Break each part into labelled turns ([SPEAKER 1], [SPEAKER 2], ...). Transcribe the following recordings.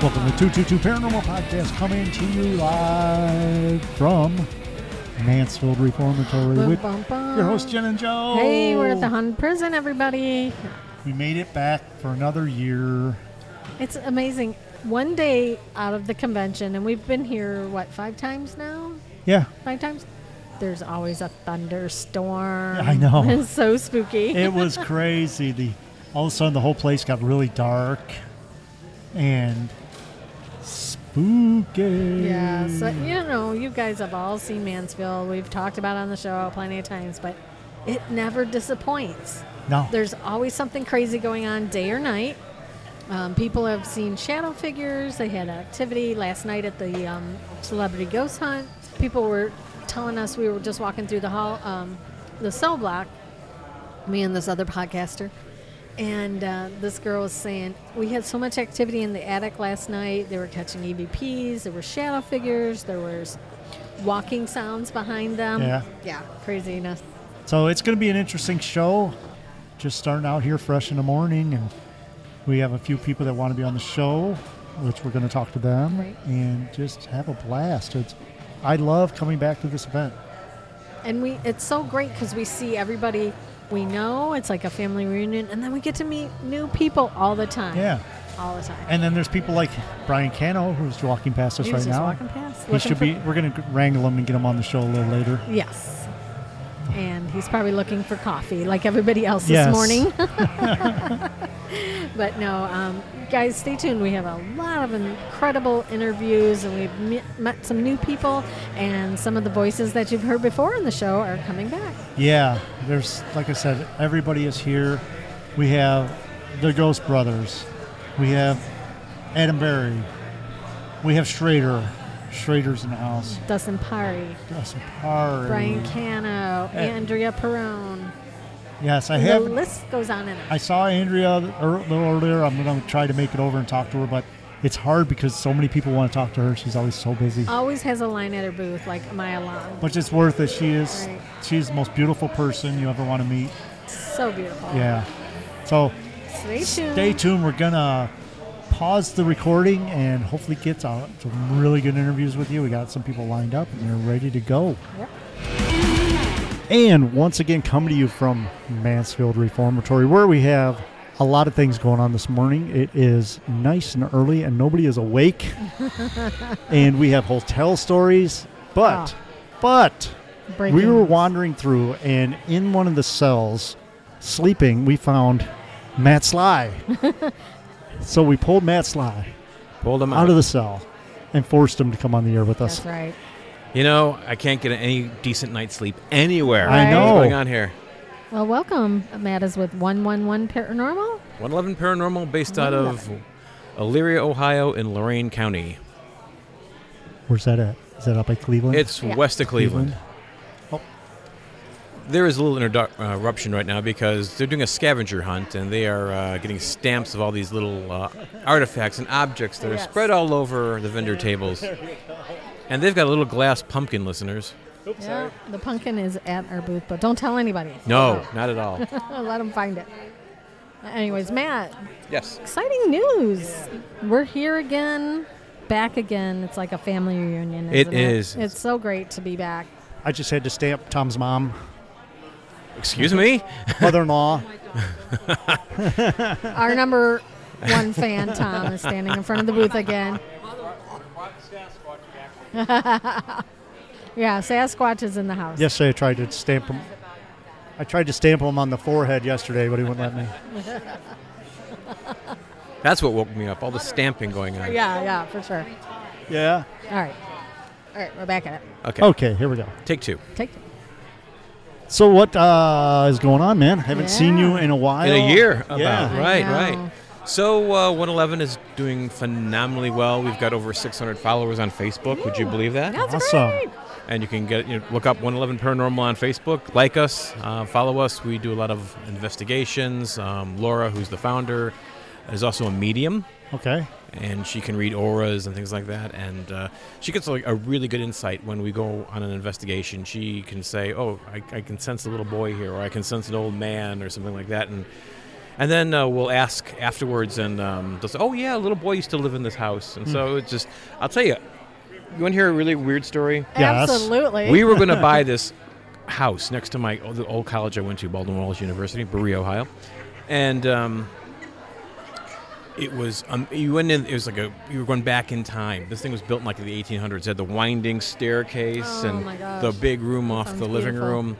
[SPEAKER 1] Welcome to 222 Paranormal Podcast, coming to you live from Mansfield Reformatory with your host, Oh. Jen and Joe.
[SPEAKER 2] Hey, we're at the Hun prison, everybody.
[SPEAKER 1] We made it back for another year.
[SPEAKER 2] It's amazing. One day out of the convention, and we've been here, what, five times now?
[SPEAKER 1] Yeah,
[SPEAKER 2] Five times? There's always a thunderstorm.
[SPEAKER 1] I know.
[SPEAKER 2] It's so spooky.
[SPEAKER 1] it was crazy. The all of a sudden the whole place got really dark and spooky.
[SPEAKER 2] yeah, so, you know, you guys have all seen Mansfield. We've talked about it on the show plenty of times, but it never disappoints.
[SPEAKER 1] no,
[SPEAKER 2] There's always something crazy going on day or night. Um, people have seen shadow figures. They had activity last night at the um, celebrity ghost hunt. People were telling us we were just walking through the hall, um, the cell block, me and this other podcaster. And uh, this girl was saying, We had so much activity in the attic last night. They were catching EVPs, there were shadow figures, there was walking sounds behind them.
[SPEAKER 1] Yeah.
[SPEAKER 2] Yeah, craziness.
[SPEAKER 1] So it's going to be an interesting show. Just starting out here fresh in the morning, and we have a few people that want to be on the show, which we're going to talk to them
[SPEAKER 2] Right.
[SPEAKER 1] and just have a blast. It's, I love coming back to this event.
[SPEAKER 2] and we it's so great because we see everybody we know it's like a family reunion and then we get to meet new people all the time
[SPEAKER 1] Yeah.
[SPEAKER 2] all the time
[SPEAKER 1] And then there's people like Brian Cano who's walking past us
[SPEAKER 2] He's
[SPEAKER 1] right
[SPEAKER 2] just
[SPEAKER 1] now.
[SPEAKER 2] walking past,
[SPEAKER 1] he
[SPEAKER 2] looking
[SPEAKER 1] should
[SPEAKER 2] for-
[SPEAKER 1] be. We're going to wrangle him and get him on the show a little later.
[SPEAKER 2] yes and he's probably looking for coffee like everybody else
[SPEAKER 1] Yes.
[SPEAKER 2] this morning but no um, guys stay tuned we have a lot of incredible interviews and we've me- met some new people and some of the voices that you've heard before on the show are coming back
[SPEAKER 1] Yeah, there's like I said, everybody is here. We have the Ghost Brothers. We have Adam Berry. We have Schrader. Schrader's in the house.
[SPEAKER 2] dustin pari
[SPEAKER 1] Dustin Parr.
[SPEAKER 2] brian cano andrea perrone
[SPEAKER 1] Yes, I
[SPEAKER 2] The
[SPEAKER 1] have.
[SPEAKER 2] list goes on and on.
[SPEAKER 1] I saw Andrea er, a little earlier. I'm gonna try to make it over and talk to her, but it's hard because so many people want to talk to her. She's always so busy.
[SPEAKER 2] Always has a line at her booth, like a mile long.
[SPEAKER 1] But it's worth it. She is.
[SPEAKER 2] Right.
[SPEAKER 1] She's the most beautiful person you ever want to meet.
[SPEAKER 2] So beautiful.
[SPEAKER 1] Yeah. So
[SPEAKER 2] Stay tuned.
[SPEAKER 1] Stay tuned. We're gonna pause the recording and hopefully get out some really good interviews with you. We got some people lined up and they're ready to go.
[SPEAKER 2] Yep.
[SPEAKER 1] And once again, coming to you from Mansfield Reformatory, where we have a lot of things going on this morning. It is nice and early, and nobody is awake. and we have hotel stories, but, but
[SPEAKER 2] Breaking
[SPEAKER 1] we were
[SPEAKER 2] news.
[SPEAKER 1] wandering through, and in one of the cells, sleeping, we found Matt Sly. so we pulled Matt Sly
[SPEAKER 3] Pulled him out.
[SPEAKER 1] out of the cell and forced him to come on the air with us.
[SPEAKER 2] That's right.
[SPEAKER 3] you know, I can't get any decent night's sleep anywhere.
[SPEAKER 1] I
[SPEAKER 2] Right.
[SPEAKER 1] know.
[SPEAKER 3] What's going on here?
[SPEAKER 2] Well, welcome. Matt is with 111 Paranormal.
[SPEAKER 3] 111 Paranormal, based out of Elyria, Ohio, in Lorain County.
[SPEAKER 1] Where's that at? Is that up by Cleveland?
[SPEAKER 3] It's
[SPEAKER 2] Yeah.
[SPEAKER 3] west of Cleveland.
[SPEAKER 1] Oh.
[SPEAKER 3] There is a little interdu- uh, eruption right now because they're doing a scavenger hunt and they are uh, getting stamps of all these little uh, artifacts and objects that are
[SPEAKER 2] Yes.
[SPEAKER 3] spread all over the vendor tables. And they've got a little glass pumpkin, listeners.
[SPEAKER 2] Yeah. The pumpkin is at our booth, but don't tell anybody.
[SPEAKER 3] No, not at all.
[SPEAKER 2] Let them find it. Anyways, Matt,
[SPEAKER 3] yes.
[SPEAKER 2] exciting news. We're here again, back again. It's like a family reunion.
[SPEAKER 3] It
[SPEAKER 2] Isn't
[SPEAKER 3] is.
[SPEAKER 2] It's so great to be back.
[SPEAKER 1] I just had to stamp Tom's mom,
[SPEAKER 3] Excuse me?
[SPEAKER 1] mother-in-law.
[SPEAKER 2] Our number one fan, Tom, is standing in front of the booth again. yeah, Sasquatch is in the house.
[SPEAKER 1] yesterday I tried to stamp him. I tried to stamp him on the forehead yesterday, but he wouldn't let me.
[SPEAKER 3] That's what woke me up, all the stamping going on.
[SPEAKER 2] Yeah, yeah, for sure.
[SPEAKER 1] Yeah.
[SPEAKER 2] All right. All right, we're back at it.
[SPEAKER 3] Okay.
[SPEAKER 1] Okay, here we go.
[SPEAKER 3] Take two.
[SPEAKER 2] Take it.
[SPEAKER 1] So what uh, is going on, man? Haven't seen
[SPEAKER 2] Yeah.
[SPEAKER 1] you in a while.
[SPEAKER 3] in a year about
[SPEAKER 1] Yeah.
[SPEAKER 3] right
[SPEAKER 2] I know.
[SPEAKER 3] right so uh, 111 is doing phenomenally well we've got over 600 followers on facebook would you believe that
[SPEAKER 2] That's
[SPEAKER 1] Awesome.
[SPEAKER 2] great.
[SPEAKER 3] and you can get you know, look up 111 paranormal on facebook like us uh, follow us we do a lot of investigations um, laura who's the founder is also a medium
[SPEAKER 1] Okay.
[SPEAKER 3] and she can read auras and things like that. And uh, she gets like a really good insight when we go on an investigation. She can say, "Oh, I, I can sense a little boy here," or "I can sense an old man," or something like that. And And then uh, we'll ask afterwards, and um, they'll say, "Oh yeah, a little boy used to live in this house." And so it's just, I'll tell you, you want to hear a really weird story?
[SPEAKER 1] Yes.
[SPEAKER 2] Absolutely.
[SPEAKER 3] We were going to buy this house next to my the old college I went to, Baldwin Wallace University, Berea, Ohio, and um, it was um, you went in. It was like a you were going back in time. This thing was built in like the 1800s. It had the winding staircase
[SPEAKER 2] Oh,
[SPEAKER 3] and
[SPEAKER 2] my gosh.
[SPEAKER 3] the big room off
[SPEAKER 2] sounds
[SPEAKER 3] the living
[SPEAKER 2] beautiful.
[SPEAKER 3] room,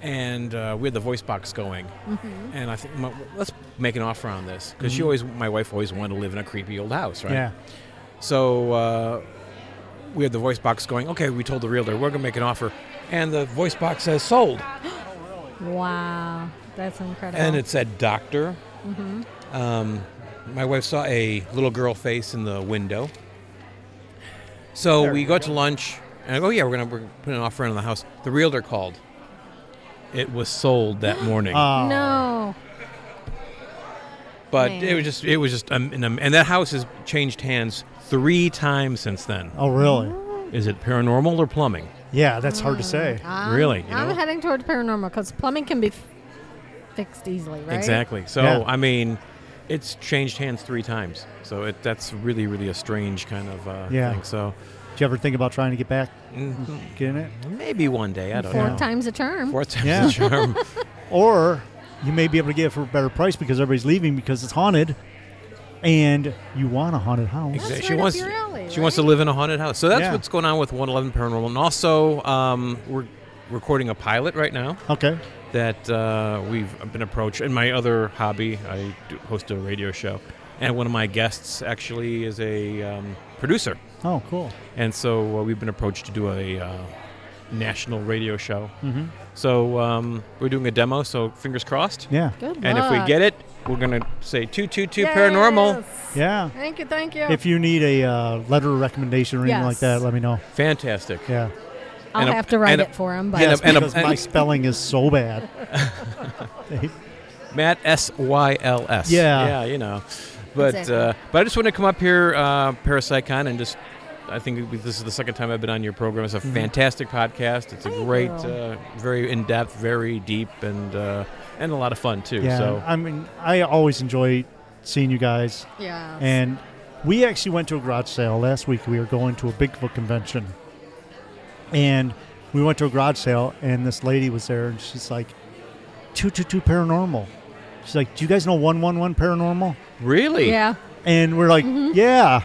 [SPEAKER 3] and uh, we had the voice box going.
[SPEAKER 2] Mm-hmm.
[SPEAKER 3] And I think "Well, let's make an offer on this because she always, my wife always wanted to live in a creepy old house, right?
[SPEAKER 1] Yeah.
[SPEAKER 3] So uh, we had the voice box going, okay, we told the realtor, we're going to make an offer. And the voice box says sold.
[SPEAKER 2] Wow, that's incredible.
[SPEAKER 3] And it said doctor. Um, my wife saw a little girl face in the window. So we got to lunch. And I go, oh, yeah, we're going to put an offer in on the house. The realtor called. It was sold that morning.
[SPEAKER 1] Oh.
[SPEAKER 2] no.
[SPEAKER 3] but
[SPEAKER 2] man.
[SPEAKER 3] it was just, it was just, um, and, um, and that house has changed hands three times since then.
[SPEAKER 1] Oh, really?
[SPEAKER 3] Is it paranormal or plumbing?
[SPEAKER 1] Yeah, that's hard to say.
[SPEAKER 2] I'm,
[SPEAKER 3] Really, you
[SPEAKER 2] I'm
[SPEAKER 3] know?
[SPEAKER 2] heading toward paranormal because plumbing can be f- fixed easily, right?
[SPEAKER 3] Exactly. So
[SPEAKER 1] Yeah.
[SPEAKER 3] I mean, it's changed hands three times. So it that's really really a strange kind of uh,
[SPEAKER 1] Yeah.
[SPEAKER 3] thing. So
[SPEAKER 1] Did you ever think about trying to get back,
[SPEAKER 3] mm,
[SPEAKER 1] get in it?
[SPEAKER 3] maybe one day I don't
[SPEAKER 2] Four
[SPEAKER 3] know.
[SPEAKER 2] times a charm.
[SPEAKER 3] Fourth time's
[SPEAKER 1] Yeah.
[SPEAKER 3] the charm.
[SPEAKER 1] Or you may be able to get it for a better price because everybody's leaving because it's haunted and you want a haunted house.
[SPEAKER 2] Exact- right
[SPEAKER 3] Exactly. She
[SPEAKER 2] up
[SPEAKER 3] wants
[SPEAKER 2] your alley,
[SPEAKER 3] she wants to
[SPEAKER 2] right?
[SPEAKER 3] live in a haunted house. So that's
[SPEAKER 1] Yeah.
[SPEAKER 3] what's going on with 111 Paranormal, and also um, we're recording a pilot right now
[SPEAKER 1] Okay.
[SPEAKER 3] that uh, we've been approached. In my other hobby, I do, host a radio show, and one of my guests actually is a um, producer.
[SPEAKER 1] Oh, cool.
[SPEAKER 3] And so uh, we've been approached to do a uh, national radio show.
[SPEAKER 1] Mhm.
[SPEAKER 3] So um, we're doing a demo, so fingers crossed.
[SPEAKER 1] Yeah.
[SPEAKER 2] Good
[SPEAKER 3] And if we
[SPEAKER 2] luck.
[SPEAKER 3] get it, we're going to say 222 Paranormal.
[SPEAKER 2] Yes.
[SPEAKER 1] Yeah.
[SPEAKER 2] Thank you, thank you.
[SPEAKER 1] If you need a uh, letter of recommendation or anything like
[SPEAKER 2] Yes.
[SPEAKER 1] that, let me know.
[SPEAKER 3] Fantastic.
[SPEAKER 1] Yeah.
[SPEAKER 2] I'll
[SPEAKER 3] and a-
[SPEAKER 2] have to write
[SPEAKER 3] and a-
[SPEAKER 2] it for him, but
[SPEAKER 3] and
[SPEAKER 1] Yes,
[SPEAKER 3] a- and a-
[SPEAKER 1] because my
[SPEAKER 3] and-
[SPEAKER 1] spelling is so bad.
[SPEAKER 3] Matt S Y L S.
[SPEAKER 1] Yeah.
[SPEAKER 3] Yeah, you know. But
[SPEAKER 2] Exactly.
[SPEAKER 3] uh, but I just want to come up here, uh, Parapsychon, and just I think we- this is the second time I've been on your program. It's a
[SPEAKER 1] Mm-hmm.
[SPEAKER 3] fantastic podcast. It's a
[SPEAKER 2] Thank
[SPEAKER 3] great,
[SPEAKER 2] you.
[SPEAKER 3] uh, very in depth, very deep, and uh, and a lot of fun too.
[SPEAKER 1] Yeah.
[SPEAKER 3] So
[SPEAKER 1] I mean, I always enjoy seeing you guys.
[SPEAKER 2] yeah.
[SPEAKER 1] And we actually went to a garage sale last week. We were going to a Bigfoot convention. And we went to a garage sale, and this lady was there, and she's like, 222 paranormal. She's like, Do you guys know 111 paranormal?
[SPEAKER 3] really,
[SPEAKER 2] yeah,
[SPEAKER 1] And we're like, Yeah.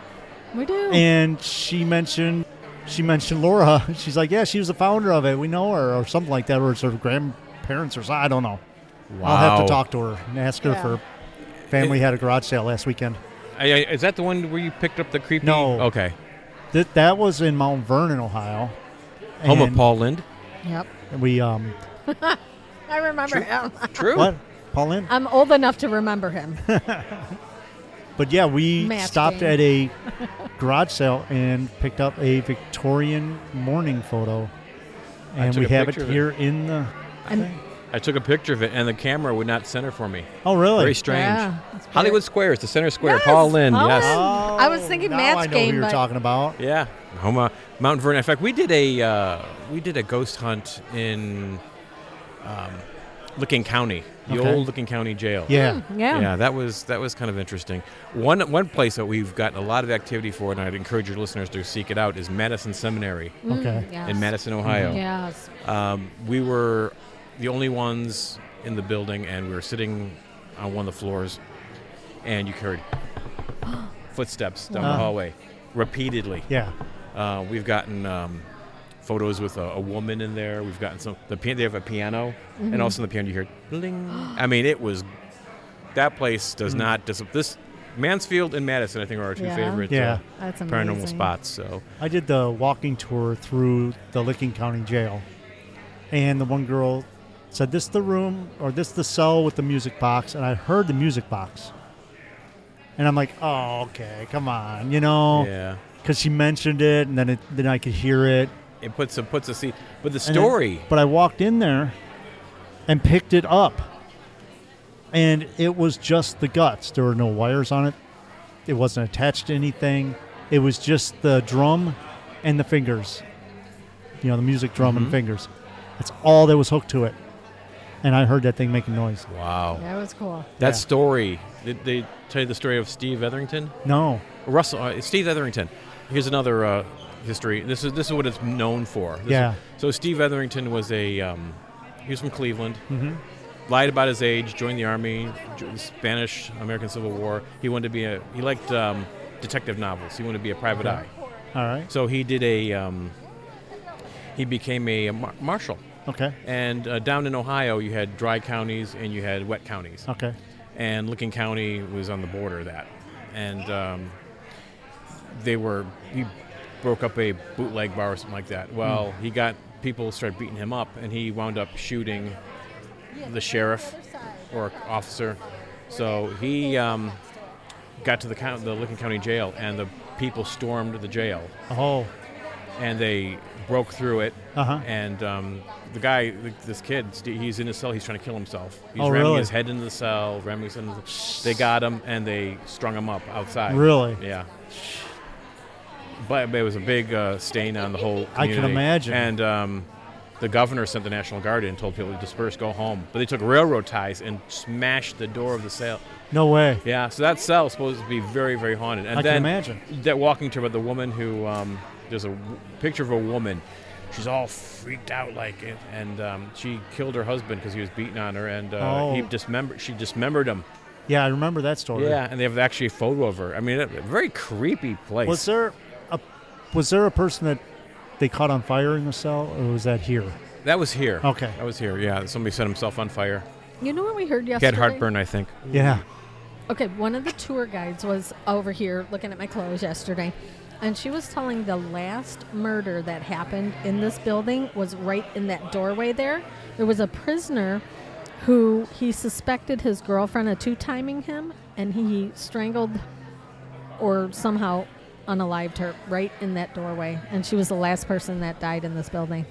[SPEAKER 2] we do.
[SPEAKER 1] And she mentioned. She mentioned Laura. She's like, yeah, she was the founder of it. We know her, or something like that, or it's her grandparents, or so- I don't know.
[SPEAKER 3] wow.
[SPEAKER 1] I'll have to talk to her and ask her
[SPEAKER 2] Yeah.
[SPEAKER 1] for. Family had a garage sale last weekend.
[SPEAKER 3] I, I, is that the one where you picked up the creepy?
[SPEAKER 1] No.
[SPEAKER 3] Okay.
[SPEAKER 1] That that was in Mount Vernon, Ohio.
[SPEAKER 3] Home of
[SPEAKER 1] And
[SPEAKER 3] Paul Lind.
[SPEAKER 2] yep.
[SPEAKER 1] We um
[SPEAKER 2] I remember him.
[SPEAKER 3] True.
[SPEAKER 1] what Paul in?
[SPEAKER 2] I'm old enough to remember him.
[SPEAKER 1] But yeah, we
[SPEAKER 2] Match
[SPEAKER 1] stopped
[SPEAKER 2] game.
[SPEAKER 1] at a garage sale and picked up a Victorian morning photo,
[SPEAKER 3] I
[SPEAKER 1] and
[SPEAKER 3] took
[SPEAKER 1] we
[SPEAKER 3] a
[SPEAKER 1] have it
[SPEAKER 3] picture of it.
[SPEAKER 1] here in the.
[SPEAKER 2] And-
[SPEAKER 1] thing.
[SPEAKER 3] I took a picture of it, and the camera would not center for me.
[SPEAKER 1] Oh really?
[SPEAKER 3] Very strange.
[SPEAKER 2] Yeah, it's very-
[SPEAKER 3] Hollywood Square is the center square.
[SPEAKER 2] Yes,
[SPEAKER 3] Paul Lind.
[SPEAKER 2] Paul
[SPEAKER 3] Yes.
[SPEAKER 2] Lind.
[SPEAKER 1] Oh,
[SPEAKER 2] I was thinking
[SPEAKER 1] now
[SPEAKER 2] Matt's
[SPEAKER 1] I know
[SPEAKER 2] game,
[SPEAKER 1] who you're
[SPEAKER 2] but-
[SPEAKER 1] talking about.
[SPEAKER 3] Yeah. Home of Mount Vernon. In fact, we did a uh, we did a ghost hunt in um, Licking County, the
[SPEAKER 1] Okay.
[SPEAKER 3] old Licking County Jail.
[SPEAKER 1] Yeah.
[SPEAKER 2] yeah.
[SPEAKER 3] Yeah, that was that was kind of interesting. One one place that we've gotten a lot of activity for, and I'd encourage your listeners to seek it out, is Madison Seminary
[SPEAKER 2] Mm,
[SPEAKER 1] Okay.
[SPEAKER 2] Yes.
[SPEAKER 3] in Madison, Ohio.
[SPEAKER 2] Yes.
[SPEAKER 3] Um, we were the only ones in the building, and we were sitting on one of the floors, and you heard footsteps down
[SPEAKER 1] Wow.
[SPEAKER 3] the hallway repeatedly.
[SPEAKER 1] Yeah.
[SPEAKER 3] Uh, we've gotten um, photos with a, a woman in there. We've gotten some. The pian- they have a piano,
[SPEAKER 2] Mm-hmm.
[SPEAKER 3] and also on the piano you hear bling. I mean, it was that place does not dis- this Mansfield and Madison. I think are our two
[SPEAKER 2] Mm. Yeah.
[SPEAKER 3] favorite
[SPEAKER 1] Yeah.
[SPEAKER 3] uh,
[SPEAKER 2] That's amazing.
[SPEAKER 3] paranormal spots. So
[SPEAKER 1] I did the walking tour through the Licking County Jail, and the one girl said, "This the room or this the cell with the music box," and I heard the music box, and I'm like, "Oh, okay, come on," you know,
[SPEAKER 3] yeah.
[SPEAKER 1] because she mentioned it, and then it, then I could hear it.
[SPEAKER 3] It puts a puts a seat, but the
[SPEAKER 1] And then-
[SPEAKER 3] story.
[SPEAKER 1] but I walked in there and picked it up, and it was just the guts. There were no wires on it. It wasn't attached to anything. It was just the drum and the
[SPEAKER 3] Mm-hmm.
[SPEAKER 1] fingers. You know, the music drum and fingers. That's all that was hooked to it. and I heard that thing making noise.
[SPEAKER 3] Wow.
[SPEAKER 2] That was cool.
[SPEAKER 3] That
[SPEAKER 1] Yeah.
[SPEAKER 3] story. Did they tell you the story of Steve Etherington?
[SPEAKER 1] No,
[SPEAKER 3] Russell. Uh, Steve Etherington. Here's another uh, history. This is this is what it's known for. This
[SPEAKER 1] Yeah.
[SPEAKER 3] is- so Steve Etherington was a. Um, he was from Cleveland.
[SPEAKER 1] Mhm.
[SPEAKER 3] Lied about his age. Joined the army. jo- the Spanish American Civil War. He wanted to be a. He liked um, detective novels. He wanted to be a private
[SPEAKER 1] Okay.
[SPEAKER 3] eye.
[SPEAKER 1] all right,
[SPEAKER 3] So he did a. Um, he became a mar- marshal.
[SPEAKER 1] okay,
[SPEAKER 3] And uh, down in Ohio, you had dry counties and you had wet counties.
[SPEAKER 1] okay,
[SPEAKER 3] And Licking County was on the border of that. And um, they were, he broke up a bootleg bar or something like that. Well, he got, people started beating him up and he wound up shooting the sheriff or officer. So he um, got to the, count the Licking County jail and the people stormed the jail
[SPEAKER 1] oh,
[SPEAKER 3] and they broke through it.
[SPEAKER 1] Uh-huh.
[SPEAKER 3] And um, the guy, th- this kid, st- he's in his cell. He's trying to kill himself. He's
[SPEAKER 1] Oh,
[SPEAKER 3] ramming
[SPEAKER 1] really?
[SPEAKER 3] his head into the cell. Ramming his head into the, they got him and they strung him up outside.
[SPEAKER 1] Really?
[SPEAKER 3] Yeah. But but it was a big uh, stain on the whole.
[SPEAKER 1] I can
[SPEAKER 3] community.
[SPEAKER 1] imagine.
[SPEAKER 3] And um, the governor sent the National Guard in and told people to disperse, go home. But they took railroad ties and smashed the door of the cell.
[SPEAKER 1] no way.
[SPEAKER 3] Yeah, so that cell is supposed to be very, very haunted. And
[SPEAKER 1] I can
[SPEAKER 3] then
[SPEAKER 1] imagine.
[SPEAKER 3] That walking tour about the woman who um, there's a w- picture of a woman. She's all freaked out like it, and um, she killed her husband because he was beating on her, and uh, he
[SPEAKER 1] Oh.
[SPEAKER 3] dismembered. She dismembered him.
[SPEAKER 1] Yeah, I remember that story.
[SPEAKER 3] Yeah, and they have actually a photo of her. I mean, a very creepy place.
[SPEAKER 1] Was there a was there a person that they caught on fire in the cell, or was that here?
[SPEAKER 3] that was here.
[SPEAKER 1] Okay.
[SPEAKER 3] that was here. Yeah, somebody set himself on fire.
[SPEAKER 2] You know what we heard
[SPEAKER 3] He
[SPEAKER 2] yesterday?
[SPEAKER 3] had heartburn, I think.
[SPEAKER 1] Yeah.
[SPEAKER 2] Okay, one of the tour guides was over here looking at my clothes yesterday, and she was telling the last murder that happened in this building was right in that doorway there. There was a prisoner who he suspected his girlfriend of two timing him, and he strangled or somehow unalived her right in that doorway. And she was the last person that died in this building.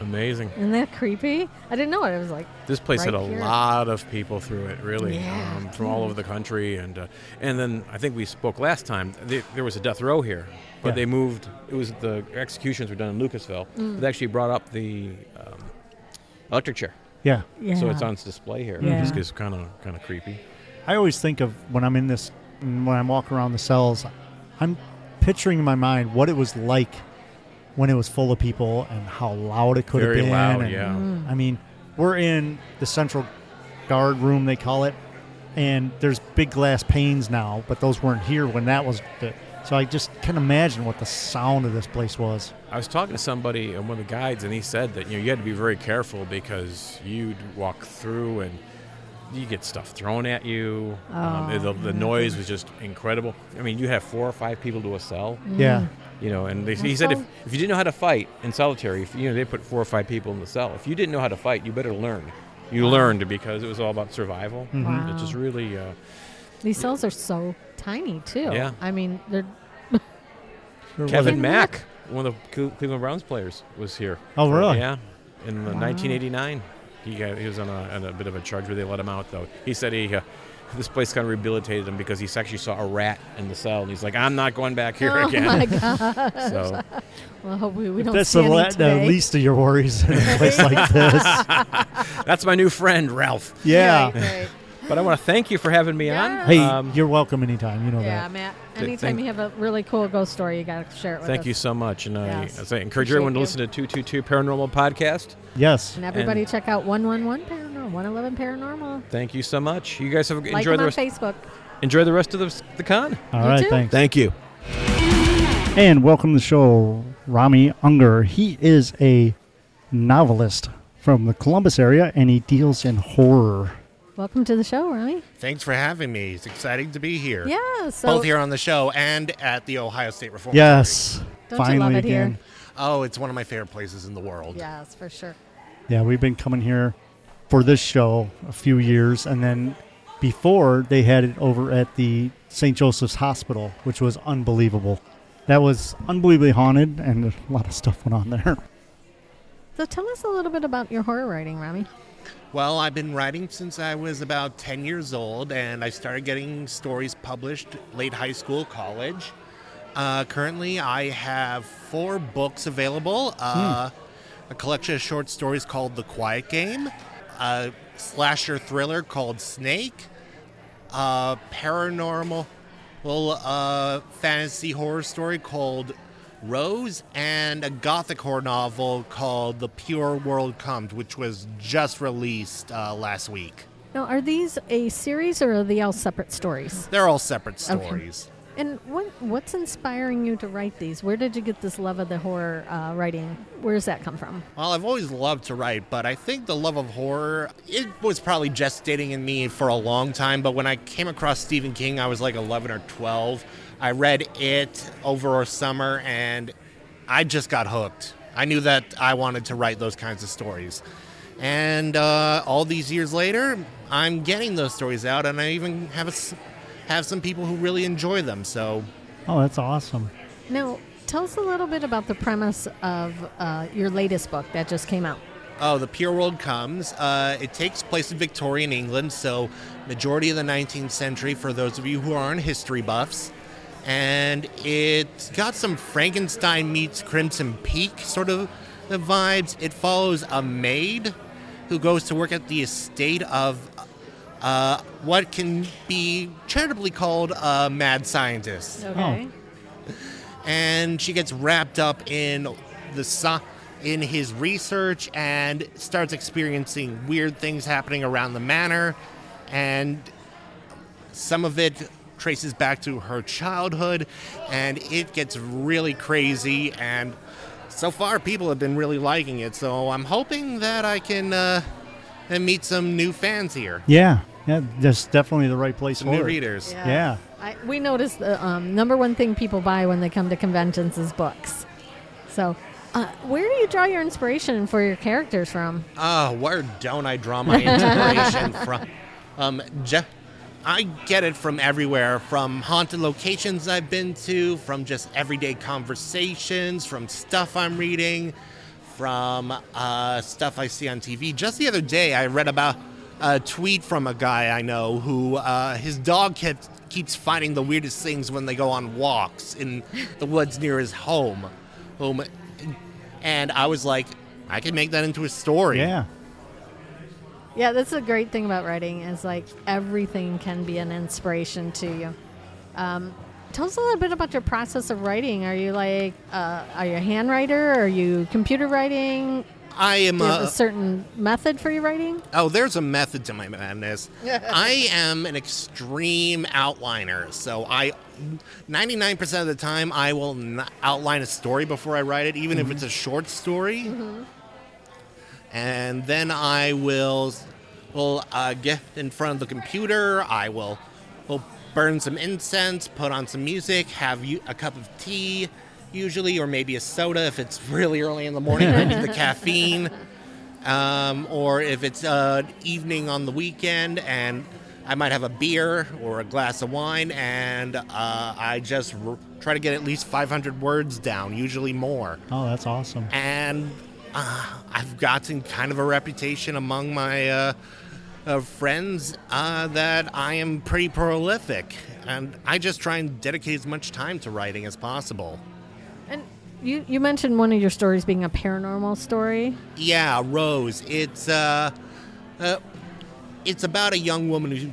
[SPEAKER 3] Amazing.
[SPEAKER 2] Isn't that creepy? I didn't know it. I was like,
[SPEAKER 3] This place had
[SPEAKER 2] Right
[SPEAKER 3] a
[SPEAKER 2] here.
[SPEAKER 3] lot of people through it, really,
[SPEAKER 2] Yeah.
[SPEAKER 3] um, from all over the country, and uh, and then I think we spoke last time. They, there was a death row here, but
[SPEAKER 1] Yeah.
[SPEAKER 3] they moved. It was the executions were done in Lucasville.
[SPEAKER 2] Mm.
[SPEAKER 3] They actually brought up the um, electric chair,
[SPEAKER 1] Yeah.
[SPEAKER 2] yeah.
[SPEAKER 3] so it's on display here,
[SPEAKER 2] Yeah.
[SPEAKER 3] which is kind of kind of creepy.
[SPEAKER 1] I always think of when I'm in this, when I'm walking around the cells, I'm picturing in my mind what it was like when it was full of people and how loud it could
[SPEAKER 3] Very
[SPEAKER 1] have been.
[SPEAKER 3] loud,
[SPEAKER 1] and-
[SPEAKER 3] yeah.
[SPEAKER 1] I mean, we're in the central guard room, they call it, and there's big glass panes now, but those weren't here when that was. The, so I just can imagine what the sound of this place was.
[SPEAKER 3] I was talking to somebody, uh, one of the guides, and he said that you know you had to be very careful because you'd walk through and you get stuff thrown at you. um,
[SPEAKER 2] Oh,
[SPEAKER 3] the, the noise was just incredible. I mean, you have four or five people to a cell,
[SPEAKER 2] Mm-hmm.
[SPEAKER 1] Yeah.
[SPEAKER 3] you know. And they, he
[SPEAKER 2] That's
[SPEAKER 3] said if,
[SPEAKER 2] Mm. so-
[SPEAKER 3] if you didn't know how to fight in solitary, if, you know they put four or five people in the cell. If you didn't know how to fight, you better learn. You learned because it was all about survival.
[SPEAKER 2] Mhm.
[SPEAKER 3] It's just
[SPEAKER 2] Wow.
[SPEAKER 3] really uh,
[SPEAKER 2] These cells are so tiny too.
[SPEAKER 3] Yeah.
[SPEAKER 2] I mean, they're
[SPEAKER 1] There was-
[SPEAKER 3] Kevin
[SPEAKER 2] Kevin
[SPEAKER 3] Mack, one of the Cle- Cleveland Browns players, was here.
[SPEAKER 1] Oh,
[SPEAKER 3] For-
[SPEAKER 1] really?
[SPEAKER 3] Yeah, in the
[SPEAKER 2] Wow.
[SPEAKER 3] 1989. He, got, he was on a, on a bit of a charge where they let him out, though. He said he, uh, this place kind of rehabilitated him because he actually saw a rat in the cell, and he's like, I'm not going back here
[SPEAKER 2] oh
[SPEAKER 3] again.
[SPEAKER 2] my god.
[SPEAKER 3] So,
[SPEAKER 2] Well, I hope we, we don't
[SPEAKER 1] That's
[SPEAKER 2] see
[SPEAKER 1] the,
[SPEAKER 2] any
[SPEAKER 1] la- the
[SPEAKER 2] today.
[SPEAKER 1] least of your worries in a place like this.
[SPEAKER 3] that's my new friend, Ralph.
[SPEAKER 1] Yeah.
[SPEAKER 2] Right, right.
[SPEAKER 3] But I want to thank you for having me on.
[SPEAKER 2] Yeah.
[SPEAKER 1] Hey,
[SPEAKER 3] Um,
[SPEAKER 1] you're welcome anytime. You know
[SPEAKER 2] yeah,
[SPEAKER 1] that.
[SPEAKER 2] Matt.
[SPEAKER 3] Th-
[SPEAKER 2] Anytime
[SPEAKER 3] thank-
[SPEAKER 2] you have a really cool ghost story, you gotta share it with
[SPEAKER 3] thank
[SPEAKER 2] us.
[SPEAKER 3] you so much. And I,
[SPEAKER 2] Yes.
[SPEAKER 3] as I encourage everyone to listen
[SPEAKER 2] Appreciate
[SPEAKER 3] to 222 Paranormal Podcast.
[SPEAKER 1] Yes.
[SPEAKER 2] And everybody, check out one one one paranormal, one eleven paranormal.
[SPEAKER 3] Thank you so much. You guys have
[SPEAKER 2] like
[SPEAKER 3] enjoy
[SPEAKER 2] them
[SPEAKER 3] the
[SPEAKER 2] on
[SPEAKER 3] rest,
[SPEAKER 2] Facebook.
[SPEAKER 3] enjoy the rest of the, the con.
[SPEAKER 1] All
[SPEAKER 2] You
[SPEAKER 1] right.
[SPEAKER 2] too.
[SPEAKER 1] Thanks.
[SPEAKER 3] Thank you.
[SPEAKER 1] And welcome to the show, Rami Unger. He is a novelist from the Columbus area, and he deals in horror.
[SPEAKER 2] Welcome to the show, Ronnie.
[SPEAKER 4] Thanks for having me. It's exciting to be here.
[SPEAKER 2] Yeah. So
[SPEAKER 4] Both here on the show and at the Ohio State Reform.
[SPEAKER 1] Yes.
[SPEAKER 2] Don't you
[SPEAKER 1] finally
[SPEAKER 2] love it
[SPEAKER 1] again.
[SPEAKER 2] here?
[SPEAKER 4] Oh, it's one of my favorite places in the world.
[SPEAKER 2] Yes, for sure.
[SPEAKER 1] Yeah, we've been coming here for this show a few years, and then before they had it over at the St. Joseph's Hospital, which was unbelievable. That was unbelievably haunted, and a lot of stuff went on there.
[SPEAKER 2] So tell us a little bit about your horror writing, Rami.
[SPEAKER 4] Well, I've been writing since I was about 10 years old, and I started getting stories published late high school, college. Uh, currently, I have four books available uh, a collection of short stories called The Quiet Game, a slasher thriller called Snake, a paranormal little, uh, fantasy horror story called Rose, and a gothic horror novel called The Pure World Comes, which was just released uh, last week.
[SPEAKER 2] Now, are these a series or are they all separate stories?
[SPEAKER 4] They're all separate
[SPEAKER 2] Okay.
[SPEAKER 4] stories.
[SPEAKER 2] And what what's inspiring you to write these? Where did you get this love of the horror uh, writing? Where does that come from?
[SPEAKER 4] Well, I've always loved to write, but I think the love of horror, it was probably gestating in me for a long time. But when I came across Stephen King, I was like 11 or 12. I read it over a summer and I just got hooked. I knew that I wanted to write those kinds of stories. And uh, all these years later, I'm getting those stories out, and I even have, a s have some people who really enjoy them. So
[SPEAKER 5] Oh, that's awesome.
[SPEAKER 2] Now, tell us a little bit about the premise of uh, your latest book that just came out.
[SPEAKER 4] Oh, the Pure World Comes. Uh, it takes place in Victorian England, so majority of the 19th century for those of you who aren't history buffs. And it got some Frankenstein meets Crimson Peak sort of the vibes. It follows a maid who goes to work at the estate of uh, what can be charitably called a mad scientist
[SPEAKER 2] Okay.
[SPEAKER 4] and she gets wrapped up in the sci- in his research and starts experiencing weird things happening around the manor and some of it traces back to her childhood and it gets really crazy and so far people have been really liking it so i'm hoping that i can uh, meet some new fans here
[SPEAKER 5] Yeah, yeah, that's definitely the right place
[SPEAKER 4] some
[SPEAKER 5] for
[SPEAKER 4] new
[SPEAKER 5] it.
[SPEAKER 4] readers
[SPEAKER 5] Yeah.
[SPEAKER 2] I, we noticed the um, number one thing people buy when they come to conventions is books. So, uh, where do you draw your inspiration for your characters from?
[SPEAKER 4] Ah, where don't I draw my inspiration from? Um, Je- I get it from everywhere, from haunted locations I've been to, from just everyday conversations, from stuff I'm reading, from uh, stuff I see on TV. Just the other day, I read about a tweet from a guy I know who uh, his dog kept, keeps finding the weirdest things when they go on walks in the woods near his home. home. And I was like, I could make that into a story.
[SPEAKER 5] Yeah.
[SPEAKER 2] Yeah, that's a great thing about writing is like everything can be an inspiration to you. Um, tell us a little bit about your process of writing. Are you like, uh, are you a handwriter? Are you computer writing?
[SPEAKER 4] I am
[SPEAKER 2] Do you have
[SPEAKER 4] a-
[SPEAKER 2] a certain method for your writing?
[SPEAKER 4] Oh, there's a method to my madness. I am an extreme outliner. So I 99% of the time I will n- outline a story before I write it, even if it's a short story. And then I will s- will uh, get in front of the computer. I will will burn some incense, put on some music, have you, a cup of tea usually or maybe a soda if it's really early in the morning, I need the caffeine um, or if it's an evening on the weekend and I might have a beer or a glass of wine, and uh, I just r- try to get at least 500 words down, usually more.
[SPEAKER 5] Oh, that's awesome.
[SPEAKER 4] And uh, I've gotten kind of a reputation among my uh, uh, friends uh, that I am pretty prolific, and I just try and dedicate as much time to writing as possible.
[SPEAKER 2] And you, you mentioned one of your stories being a paranormal story.
[SPEAKER 4] Yeah, Rose. It's uh, uh, it's about a young woman who,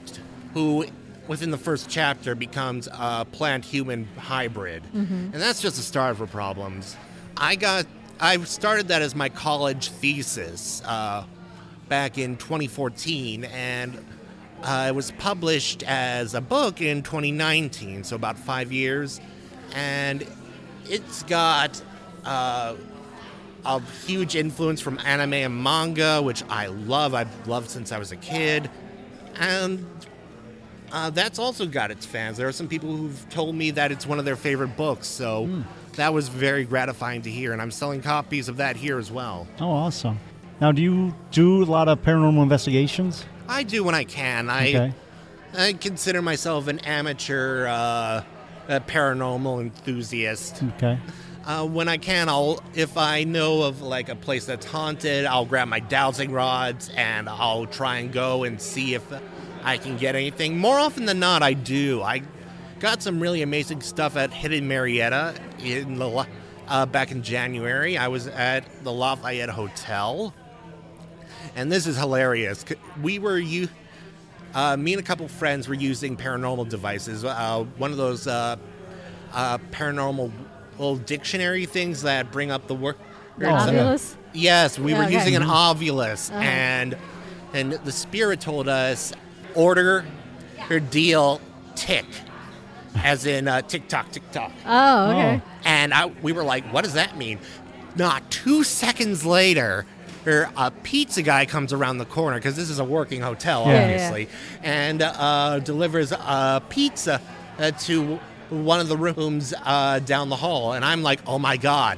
[SPEAKER 4] who within the first chapter becomes a plant-human hybrid, and that's just the start of her problems. I got I started that as my college thesis uh, back in 2014, and uh, it was published as a book in 2019, so about five years, and it's got. Uh, a huge influence from anime and manga, which I love. I've loved since I was a kid. And uh, that's also got its fans. There are some people who've told me that it's one of their favorite books. So that was very gratifying to hear. And I'm selling copies of that here as well.
[SPEAKER 5] Oh, awesome. Now, do you do a lot of paranormal investigations?
[SPEAKER 4] I do when I can. I,
[SPEAKER 5] Okay.
[SPEAKER 4] I consider myself an amateur uh, uh paranormal enthusiast.
[SPEAKER 5] Okay.
[SPEAKER 4] Uh, when I can, I'll if I know of like a place that's haunted, I'll grab my dowsing rods and I'll try and go and see if I can get anything. More often than not, I do. I got some really amazing stuff at Hidden Marietta in the La- uh, back in January. I was at the Lafayette Hotel and this is hilarious. C- We were you, uh, me and a couple friends were using paranormal devices. Uh, one of those uh, uh, paranormal little dictionary things that bring up the word.
[SPEAKER 2] The
[SPEAKER 1] Oh, yeah.
[SPEAKER 2] ovulus?
[SPEAKER 4] Yes, we
[SPEAKER 2] Yeah,
[SPEAKER 4] were
[SPEAKER 2] okay. Mm-hmm. Uh-huh.
[SPEAKER 4] using an ovulus, and and the spirit told us order her deal tick, as in uh, tick tock tick tock.
[SPEAKER 2] Oh, okay.
[SPEAKER 4] And I, we were like, what does that mean? Not two seconds later, er, a pizza guy comes around the corner because this is a working hotel,
[SPEAKER 1] Yeah. Yeah,
[SPEAKER 2] yeah.
[SPEAKER 4] obviously, and uh, delivers a pizza uh, to one of the rooms uh, down the hall. And I'm like, oh my God.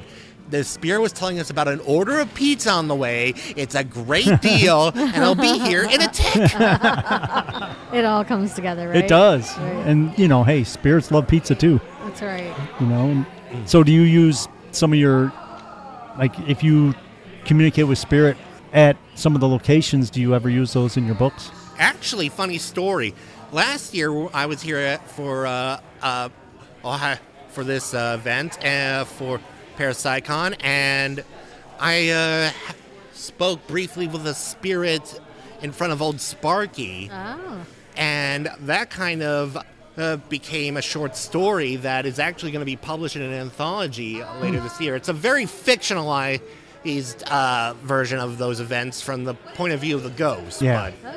[SPEAKER 4] The spirit was telling us about an order of pizza on the way. It's a great deal, and it'll be here in a tick.
[SPEAKER 2] It all comes together, right?
[SPEAKER 1] Oh. It does.
[SPEAKER 2] Right.
[SPEAKER 1] And, you know, hey, spirits love pizza too.
[SPEAKER 2] That's right.
[SPEAKER 1] you know and so do you use some of your like if you communicate with spirit at some of the locations do you ever use those in your books
[SPEAKER 4] Actually, funny story. Last year, I was here at- for uh, uh, Ohio, for this uh, event uh, for Parapsychon, and I uh, spoke briefly with a spirit in front of old Sparky,
[SPEAKER 2] Oh.
[SPEAKER 4] and that kind of uh, became a short story that is actually going to be published in an anthology later this year. It's a very fictionalized uh, version of those events from the point of view of the ghost.
[SPEAKER 1] Yeah.
[SPEAKER 4] but-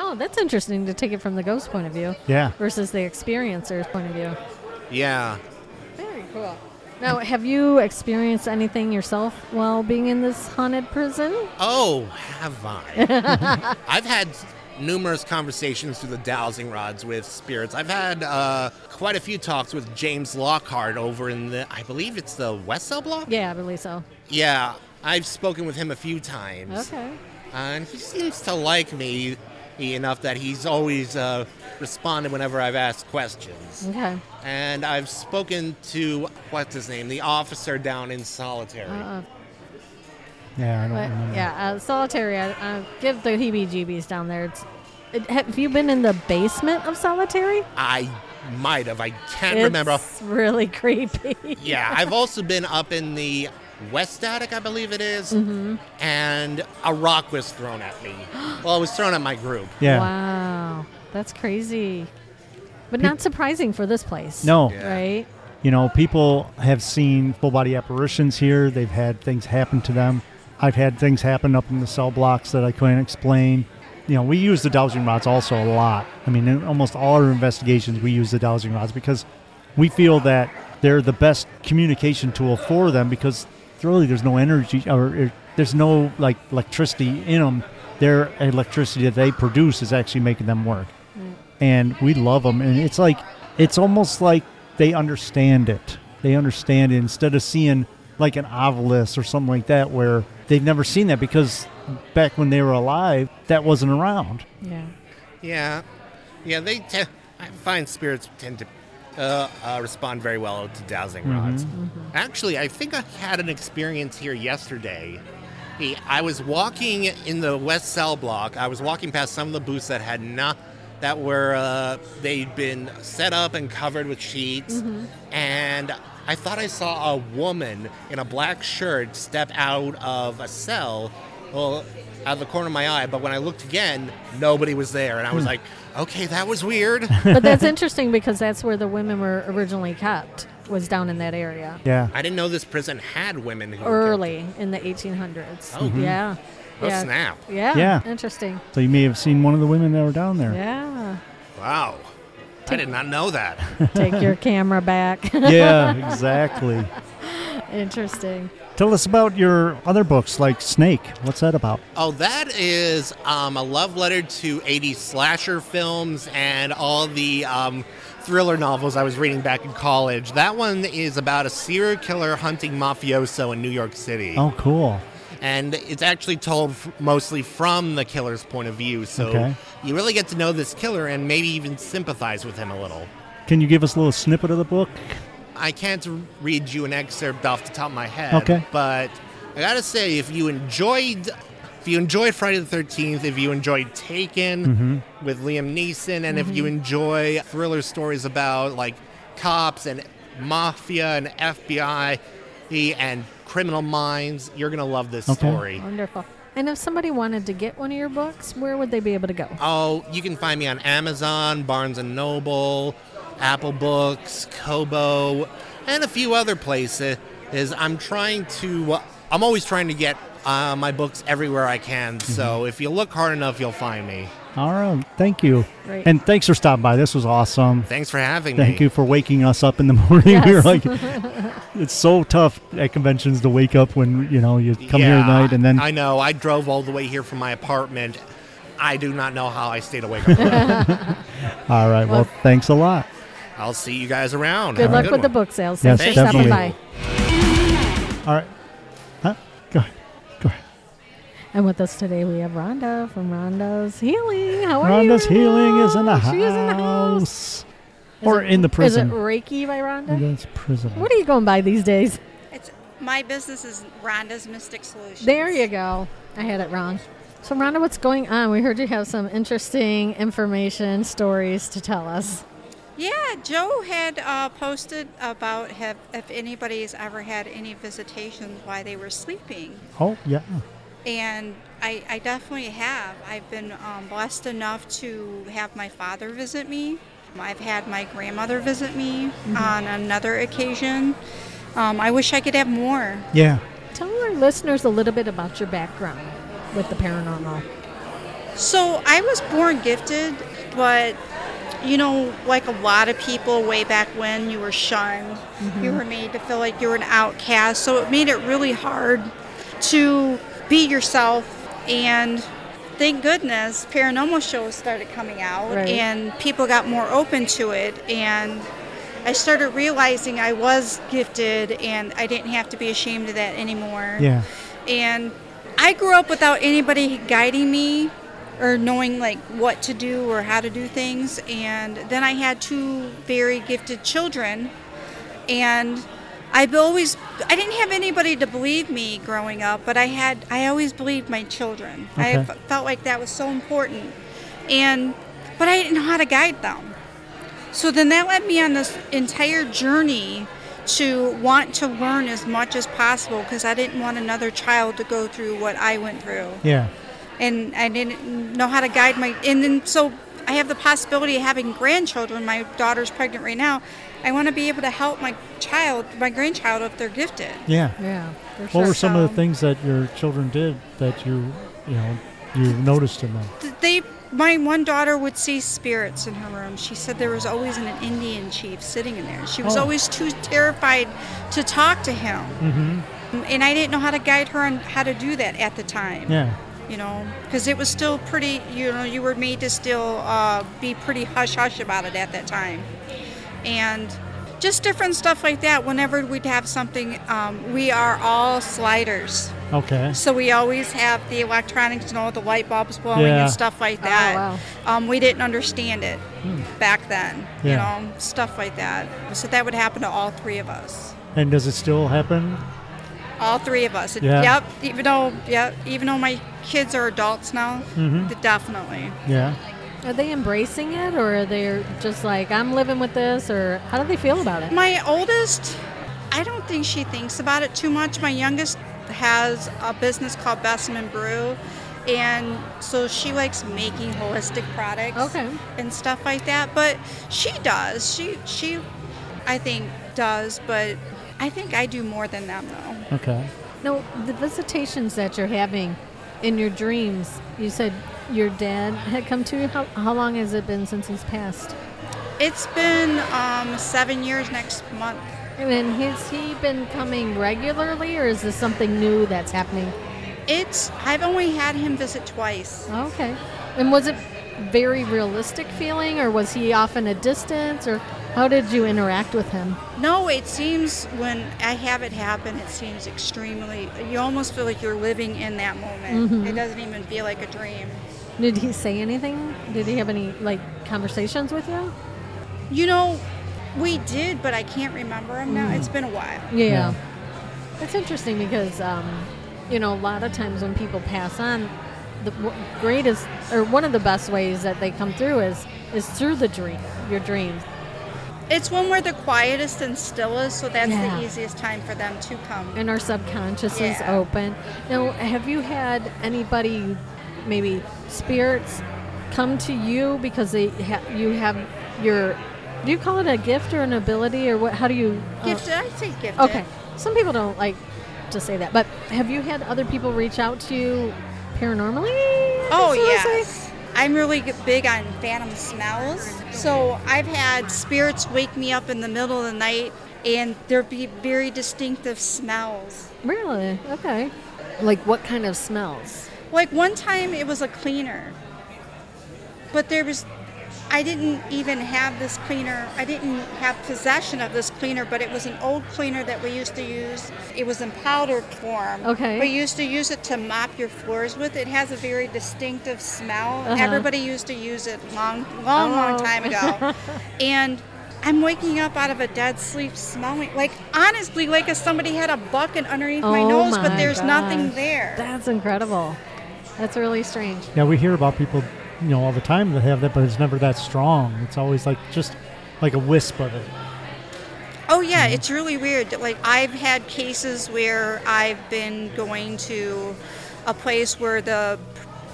[SPEAKER 2] Oh, that's interesting to take it from the ghost point of view
[SPEAKER 1] yeah
[SPEAKER 2] versus the experiencer's point of view.
[SPEAKER 4] Yeah.
[SPEAKER 2] Very cool. Now, have you experienced anything yourself while being in this haunted prison?
[SPEAKER 4] Oh, have I? I've had numerous conversations through the dowsing rods with spirits. I've had uh, quite a few talks with James Lockhart over in the, I believe it's the West Cell block?
[SPEAKER 2] Yeah, I believe so.
[SPEAKER 4] Yeah, I've spoken with him a few times.
[SPEAKER 2] Okay.
[SPEAKER 4] And he seems to like me enough that he's always uh, responded whenever I've asked questions.
[SPEAKER 2] Okay.
[SPEAKER 4] And I've spoken to, what's his name, the officer down in solitary.
[SPEAKER 2] Uh,
[SPEAKER 1] yeah i don't
[SPEAKER 2] but
[SPEAKER 1] remember
[SPEAKER 2] yeah, uh, solitary. I, I give the heebie-jeebies down there. It's, it, have you been in the basement of solitary?
[SPEAKER 4] I might have, I can't
[SPEAKER 2] it's
[SPEAKER 4] remember.
[SPEAKER 2] really creepy.
[SPEAKER 4] Yeah, I've also been up in the West Attic, I believe it is, and a rock was thrown at me. Well, it was thrown at my group.
[SPEAKER 1] yeah
[SPEAKER 2] Wow, that's crazy, but not surprising for this place.
[SPEAKER 1] no
[SPEAKER 4] Yeah.
[SPEAKER 2] Right?
[SPEAKER 1] you know people have seen full body apparitions here they've had things happen to them i've had things happen up in the cell blocks that i couldn't explain you know we use the dowsing rods also a lot i mean in almost all our investigations we use the dowsing rods because we feel that they're the best communication tool for them because really there's no energy or, or there's no like electricity in them their electricity that they produce is actually making them work and we love them and it's like it's almost like they understand it they understand it instead of seeing like an obelisk or something like that where they've never seen that because back when they were alive that wasn't around
[SPEAKER 2] Yeah.
[SPEAKER 4] Yeah, yeah. They, te- I find spirits tend to uh, uh, respond very well to dowsing rods. Actually, I think I had an experience here yesterday. Hey, I was walking in the West Cell block. I was walking past some of the booths that had not, that were uh, they'd been set up and covered with sheets, and I thought I saw a woman in a black shirt step out of a cell. Well, out of the corner of my eye, but when I looked again, nobody was there, and I was like, "Okay, that was weird."
[SPEAKER 2] But that's interesting because that's where the women were originally kept was down in that area
[SPEAKER 1] yeah
[SPEAKER 4] I didn't know this prison had women who were
[SPEAKER 2] early in the 1800s.
[SPEAKER 4] Oh. Mhm.
[SPEAKER 2] Yeah.
[SPEAKER 4] Oh,
[SPEAKER 2] yeah.
[SPEAKER 4] snap.
[SPEAKER 2] Yeah.
[SPEAKER 1] Yeah.
[SPEAKER 2] Interesting.
[SPEAKER 1] so you may have seen one of the women that were down there
[SPEAKER 2] Yeah.
[SPEAKER 4] killed. Wow, I did not know that.
[SPEAKER 2] Take your camera back.
[SPEAKER 1] yeah exactly
[SPEAKER 2] interesting.
[SPEAKER 1] tell us about your other books like snake what's that about
[SPEAKER 4] Oh, that is um, a love letter to 80s slasher films and all the um, thriller novels I was reading back in college. That one is about a serial killer hunting mafioso in New York City.
[SPEAKER 1] oh cool
[SPEAKER 4] And it's actually told f- mostly from the killer's point of view. So
[SPEAKER 1] Okay.
[SPEAKER 4] you really get to know this killer and maybe even sympathize with him a little.
[SPEAKER 1] can you give us a little snippet of the book
[SPEAKER 4] I can't read you an excerpt off the top of my head.
[SPEAKER 1] Okay.
[SPEAKER 4] But I gotta say, if you enjoyed, if you enjoyed Friday the Thirteenth, if you enjoyed Taken
[SPEAKER 1] Mm-hmm.
[SPEAKER 4] with Liam Neeson, and if you enjoy thriller stories about like cops and mafia and FBI and criminal minds, you're gonna love this
[SPEAKER 1] Okay.
[SPEAKER 4] story.
[SPEAKER 2] Wonderful. And if somebody wanted to get one of your books, where would they be able to go?
[SPEAKER 4] Oh, you can find me on Amazon, Barnes and Noble, Apple Books, Kobo, and a few other places. I'm trying to. uh, I'm always trying to get uh, my books everywhere I can.
[SPEAKER 5] Mm-hmm.
[SPEAKER 4] So if you look hard enough, you'll find me.
[SPEAKER 5] All right. Thank you.
[SPEAKER 2] Great.
[SPEAKER 5] And thanks for stopping by. This was awesome.
[SPEAKER 4] Thanks for having me.
[SPEAKER 5] Thank you for waking us up in the morning. We were
[SPEAKER 2] Yes.
[SPEAKER 5] like, it's so tough at conventions to wake up when you know you come here
[SPEAKER 4] Yeah,
[SPEAKER 5] at night and then
[SPEAKER 4] I know. I drove all the way here from my apartment. I do not know how I stayed awake. on the road.
[SPEAKER 5] All right. Well,
[SPEAKER 2] Well-
[SPEAKER 5] thanks a lot.
[SPEAKER 4] I'll see you guys around.
[SPEAKER 2] Good
[SPEAKER 4] Have a
[SPEAKER 2] luck with the
[SPEAKER 4] one.
[SPEAKER 2] book sales.
[SPEAKER 5] Yes,
[SPEAKER 2] Thanks for stopping
[SPEAKER 5] definitely.
[SPEAKER 2] by.
[SPEAKER 5] All right. Huh? Go ahead. Go ahead.
[SPEAKER 2] And with us today, we have Rhonda from Rhonda's Healing. How are you?
[SPEAKER 5] Rhonda's
[SPEAKER 2] Rhonda?
[SPEAKER 5] healing is in the house.
[SPEAKER 2] She is in the house.
[SPEAKER 5] Or in the prison.
[SPEAKER 2] Is it Reiki by Rhonda?
[SPEAKER 5] That's prison.
[SPEAKER 2] What are you going by these days?
[SPEAKER 6] It's my business is Rhonda's Mystic Solutions.
[SPEAKER 2] There you go. I had it wrong. So, Rhonda, what's going on? We heard you have some interesting information, stories to tell us.
[SPEAKER 6] Yeah, Joe had uh, posted about have, if anybody's ever had any visitations while they were sleeping,
[SPEAKER 5] oh yeah.
[SPEAKER 6] and I, I definitely have. I've been um, blessed enough to have my father visit me. I've had my grandmother visit me
[SPEAKER 2] Mm-hmm.
[SPEAKER 6] on another occasion. Um, I wish I could have more.
[SPEAKER 5] Yeah.
[SPEAKER 2] Tell our listeners a little bit about your background with the paranormal.
[SPEAKER 6] So I was born gifted, but you know, like a lot of people way back when, you were shunned. You were made to feel like you were an outcast. So it made it really hard to be yourself. And thank goodness, paranormal shows started coming out,
[SPEAKER 2] Right.
[SPEAKER 6] and people got more open to it. And I started realizing I was gifted, and I didn't have to be ashamed of that anymore
[SPEAKER 5] Yeah.
[SPEAKER 6] and I grew up without anybody guiding me or knowing like what to do or how to do things and then I had two very gifted children and I've always I didn't have anybody to believe me growing up but I had I always believed my children. I
[SPEAKER 5] Okay.
[SPEAKER 6] f- felt like that was so important and but I didn't know how to guide them. So then that led me on this entire journey to want to learn as much as possible because I didn't want another child to go through what I went through.
[SPEAKER 5] Yeah.
[SPEAKER 6] And I didn't know how to guide my. And then so I have the possibility of having grandchildren. My daughter's pregnant right now. I want to be able to help my child, my grandchild, if they're gifted.
[SPEAKER 5] Yeah.
[SPEAKER 2] Yeah. for
[SPEAKER 5] What
[SPEAKER 2] sure.
[SPEAKER 5] were some of the
[SPEAKER 6] So-
[SPEAKER 5] things that your children did that you you know you noticed in them?
[SPEAKER 6] Th- They, my one daughter would see spirits in her room. She said there was always an Indian chief sitting in there. She was
[SPEAKER 5] Oh.
[SPEAKER 6] always too terrified to talk to him.
[SPEAKER 5] Mm-hmm.
[SPEAKER 6] and I didn't know how to guide her on how to do that at the time.
[SPEAKER 5] Yeah.
[SPEAKER 6] You know, because it was still pretty. You know, you were made to still uh, be pretty hush hush about it at that time, and just different stuff like that. Whenever we'd have something, um, we are all sliders,
[SPEAKER 5] Okay.
[SPEAKER 6] so we always have the electronics and all the light bulbs blowing
[SPEAKER 5] Yeah.
[SPEAKER 6] and stuff like
[SPEAKER 2] Oh,
[SPEAKER 6] that.
[SPEAKER 2] wow.
[SPEAKER 6] um, we didn't understand it back then.
[SPEAKER 5] Hmm. Yeah.
[SPEAKER 6] You know, stuff like that. So that would happen to all three of us.
[SPEAKER 5] And does it still happen?
[SPEAKER 6] All three of us. It-
[SPEAKER 5] Yeah.
[SPEAKER 6] Yep. Even though, yep. Even though my kids are adults now,
[SPEAKER 5] Mm-hmm.
[SPEAKER 6] th- definitely.
[SPEAKER 5] Yeah.
[SPEAKER 2] Are they embracing it, or are they just like, I'm living with this, or how do they feel about it?
[SPEAKER 6] My oldest, I don't think she thinks about it too much. My youngest has a business called Besseman Brew, and so she likes making holistic products.
[SPEAKER 2] Okay.
[SPEAKER 6] And stuff like that, but she does. She she, I think does, but I think I do more than them though.
[SPEAKER 5] Okay.
[SPEAKER 2] No, the visitations that you're having in your dreams, you said your dad had come to you. How, how long has it been since he's passed?
[SPEAKER 6] It's been um, seven years next month.
[SPEAKER 2] And then has he been coming regularly, or is this something new that's happening?
[SPEAKER 6] It's I've only had him visit twice.
[SPEAKER 2] Okay. And was it very realistic feeling, or was he off in a distance, or how did you interact with him?
[SPEAKER 6] No, it seems when I have it happen, it seems extremely. You almost feel like you're living in that moment.
[SPEAKER 2] Mm-hmm.
[SPEAKER 6] It doesn't even feel like a dream.
[SPEAKER 2] Did he say anything? Did he have any like conversations with you?
[SPEAKER 6] You know, we did, but I can't remember him now. It's been a while.
[SPEAKER 2] Yeah. It's interesting because, um, you know, a lot of times when people pass on, the w- greatest or one of the best ways that they come through is is through the dream, your dreams.
[SPEAKER 6] it's when we're the quietest and stillest, so that's
[SPEAKER 2] Yeah.
[SPEAKER 6] the easiest time for them to come.
[SPEAKER 2] and our subconscious is
[SPEAKER 6] Yeah.
[SPEAKER 2] open. Now, have you had anybody, maybe spirits, come to you because they ha- you have your do you call it a gift or an ability or what? How do you uh,
[SPEAKER 6] Gifted, I say gifted.
[SPEAKER 2] Okay, some people don't like to say that, but have you had other people reach out to you paranormally?
[SPEAKER 6] Oh
[SPEAKER 2] So to say?
[SPEAKER 6] yes. I'm really g- big on phantom smells. So I've had spirits wake me up in the middle of the night and there'd be very distinctive smells.
[SPEAKER 2] really? Okay. Like what kind of smells?
[SPEAKER 6] Like one time it was a cleaner. But there was I didn't even have this cleaner. I didn't have possession of this cleaner, but it was an old cleaner that we used to use. It was in powdered form.
[SPEAKER 2] Okay.
[SPEAKER 6] We used to use it to mop your floors with. It has a very distinctive smell.
[SPEAKER 2] Uh-huh.
[SPEAKER 6] Everybody used to use it long, long,
[SPEAKER 2] Oh.
[SPEAKER 6] long time ago. and I'm waking up out of a dead sleep smelling like honestly like if somebody had a bucket underneath my
[SPEAKER 2] Oh
[SPEAKER 6] nose, but
[SPEAKER 2] my
[SPEAKER 6] there's nothing
[SPEAKER 2] gosh.
[SPEAKER 6] there.
[SPEAKER 2] That's incredible. That's really strange.
[SPEAKER 1] Yeah, we hear about people, you know, all the time that have that, but it's never that strong. It's always like just like a wisp of it.
[SPEAKER 6] Oh yeah,
[SPEAKER 1] Mm-hmm.
[SPEAKER 6] it's really weird. Like I've had cases where I've been going to a place where the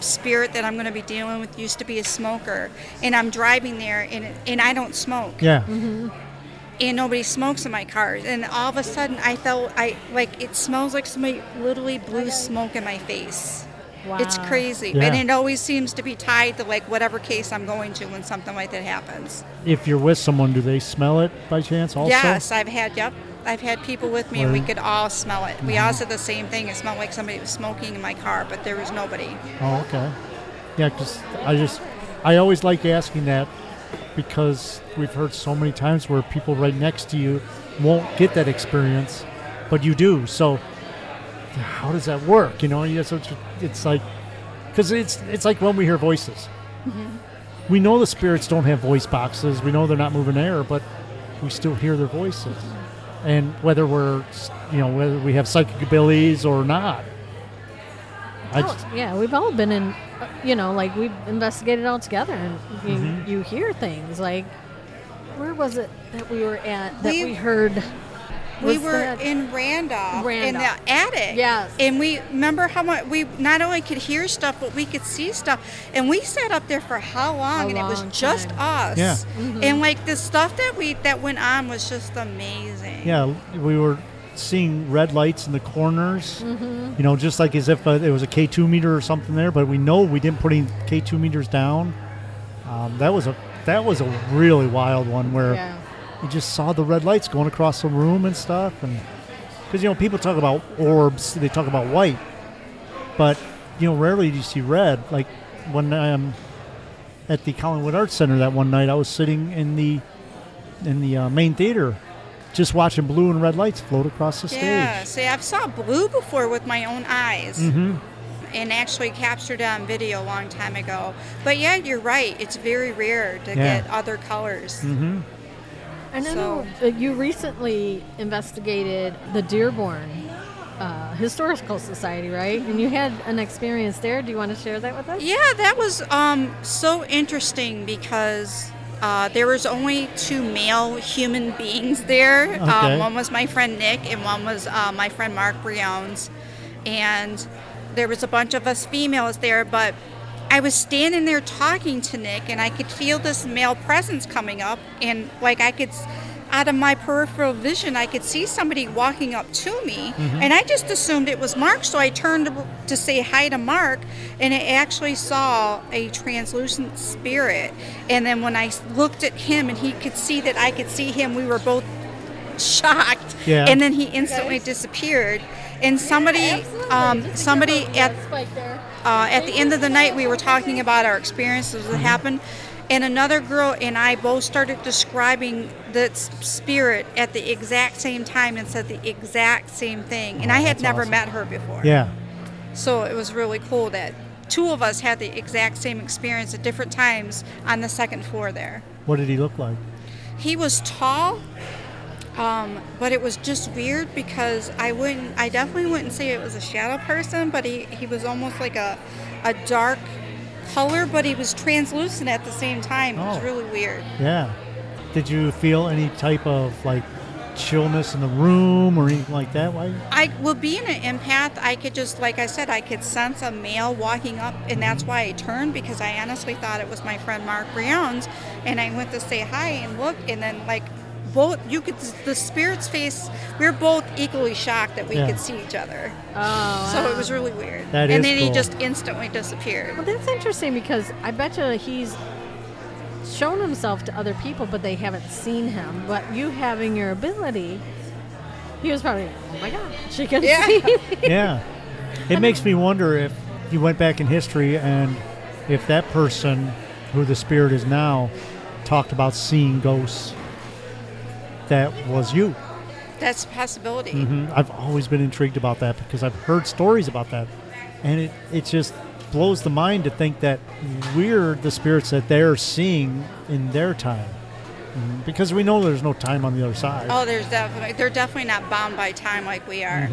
[SPEAKER 6] spirit that I'm going to be dealing with used to be a smoker, and I'm driving there, and and I don't smoke,
[SPEAKER 1] Yeah,
[SPEAKER 6] and nobody smokes in my cars, and all of a sudden I felt I like it smells like somebody literally blew smoke in my face.
[SPEAKER 2] Wow.
[SPEAKER 6] It's crazy,
[SPEAKER 1] Yeah.
[SPEAKER 6] and it always seems to be tied to like whatever case I'm going to when something like that happens.
[SPEAKER 1] if you're with someone, do they smell it by chance? Also,
[SPEAKER 6] Yes, I've had yep. I've had people with me, and we
[SPEAKER 1] Word.
[SPEAKER 6] could all smell it. We all
[SPEAKER 1] Mm-hmm.
[SPEAKER 6] said the same thing. It smelled like somebody was smoking in my car, but there was nobody.
[SPEAKER 1] Oh, okay. Yeah, because I just I always like asking that because we've heard so many times where people right next to you won't get that experience, but you do. So how does that work? You know, and that's what you- it's like because it's it's like when we hear voices. We know the spirits don't have voice boxes. We know they're not moving air, but we still hear their voices. And whether we're, s- you know, whether we have psychic abilities or not, I
[SPEAKER 2] Oh,
[SPEAKER 1] just,
[SPEAKER 2] yeah, we've all been in, uh, you know, like we've investigated all together, and you, you hear things like, where was it that we were at that we,
[SPEAKER 6] We-
[SPEAKER 2] heard?
[SPEAKER 6] we
[SPEAKER 2] was
[SPEAKER 6] were
[SPEAKER 2] that-
[SPEAKER 6] in Randolph, in
[SPEAKER 2] Randolph.
[SPEAKER 6] the attic.
[SPEAKER 2] Yes.
[SPEAKER 6] And we remember how much we not only could hear stuff, but we could see stuff. And we sat up there for how long? and it was
[SPEAKER 2] long
[SPEAKER 6] just
[SPEAKER 2] time. Mm-hmm.
[SPEAKER 6] us.
[SPEAKER 1] Yeah.
[SPEAKER 6] And like the stuff that we that went on was just amazing.
[SPEAKER 1] Yeah, we were seeing red lights in the corners, you know, just like as if uh, there was a K2 meter or something there, but we know we didn't put any K2 meters down. Um, that was a that was a really wild one where
[SPEAKER 2] Yeah.
[SPEAKER 1] you just saw the red lights going across the room and stuff and because you know people talk about orbs they talk about white but you know rarely do you see red like when i'm at the collingwood arts center that one night i was sitting in the in the uh, main theater just watching blue and red lights float across the
[SPEAKER 6] Yeah,
[SPEAKER 1] stage
[SPEAKER 6] see, I've saw blue before with my own eyes, mm-hmm. and actually captured it on video a long time ago. But yeah, you're right; it's very rare to
[SPEAKER 1] Yeah. Mm-hmm.
[SPEAKER 6] get other colors.
[SPEAKER 2] And I
[SPEAKER 6] So-
[SPEAKER 2] know that you recently investigated the Dearborn uh, Historical Society, right? And you had an experience there. Do you want to share that with us?
[SPEAKER 6] Yeah, that was um, so interesting because uh, there was only two male human beings there.
[SPEAKER 1] Okay.
[SPEAKER 6] Um, one was my friend Nick, and one was uh, my friend Mark Briones, and there was a bunch of us females there. But I was standing there talking to Nick, and I could feel this male presence coming up, and like I could. s- Out of my peripheral vision, I could see somebody walking up to me, and I just assumed it was Mark. So I turned to- to say hi to Mark, and I actually saw a translucent spirit. And then when I s- looked at him, and he could see that I could see him, we were both shocked.
[SPEAKER 1] Yeah.
[SPEAKER 6] And then he instantly disappeared. And somebody, um, somebody at uh, at the end of the night, we were talking about our experiences
[SPEAKER 1] Mm-hmm.
[SPEAKER 6] that happened, and another girl and I both started describing the s- spirit at the exact same time and said the exact same thing. And I had never met her before.
[SPEAKER 1] Oh, yeah
[SPEAKER 6] So it was really cool that two of us had the exact same experience at different times on the second floor there.
[SPEAKER 1] what did he look like
[SPEAKER 6] He was tall, um, but it was just weird because I wouldn't, I definitely wouldn't say it was a shadow person, but he, he was almost like a, a dark color, but he was translucent at the same time. It was
[SPEAKER 1] Oh.
[SPEAKER 6] really weird.
[SPEAKER 1] yeah Did you feel any type of like chillness in the room or anything like that? Why?
[SPEAKER 6] I well, being an empath, I could just like I said, I could sense a male walking up, and that's why I turned because I honestly thought it was my friend Mark Browns, and I went to say hi and look, and then like both you could the spirit's face. We were both equally shocked that we
[SPEAKER 1] Yeah.
[SPEAKER 6] could see each other,
[SPEAKER 2] Oh,
[SPEAKER 6] so it was really weird.
[SPEAKER 1] That
[SPEAKER 6] and
[SPEAKER 1] is
[SPEAKER 6] then he
[SPEAKER 1] cool.
[SPEAKER 6] just instantly disappeared.
[SPEAKER 2] Well, that's interesting because I bet you he's shown himself to other people, but they haven't seen him. But you having your ability, he was probably, oh my God, she can
[SPEAKER 6] Yeah.
[SPEAKER 2] see me.
[SPEAKER 1] yeah. It makes me wonder if you went back in history and if that person who the spirit is now talked about seeing ghosts. That was you.
[SPEAKER 6] That's a possibility.
[SPEAKER 1] hmm I've always been intrigued about that because I've heard stories about that, and it it just blows the mind to think that we're the spirits that they're seeing in their time, Mhm. because we know there's no time on the other side.
[SPEAKER 6] Oh, there's definitely they're definitely not bound by time like we are.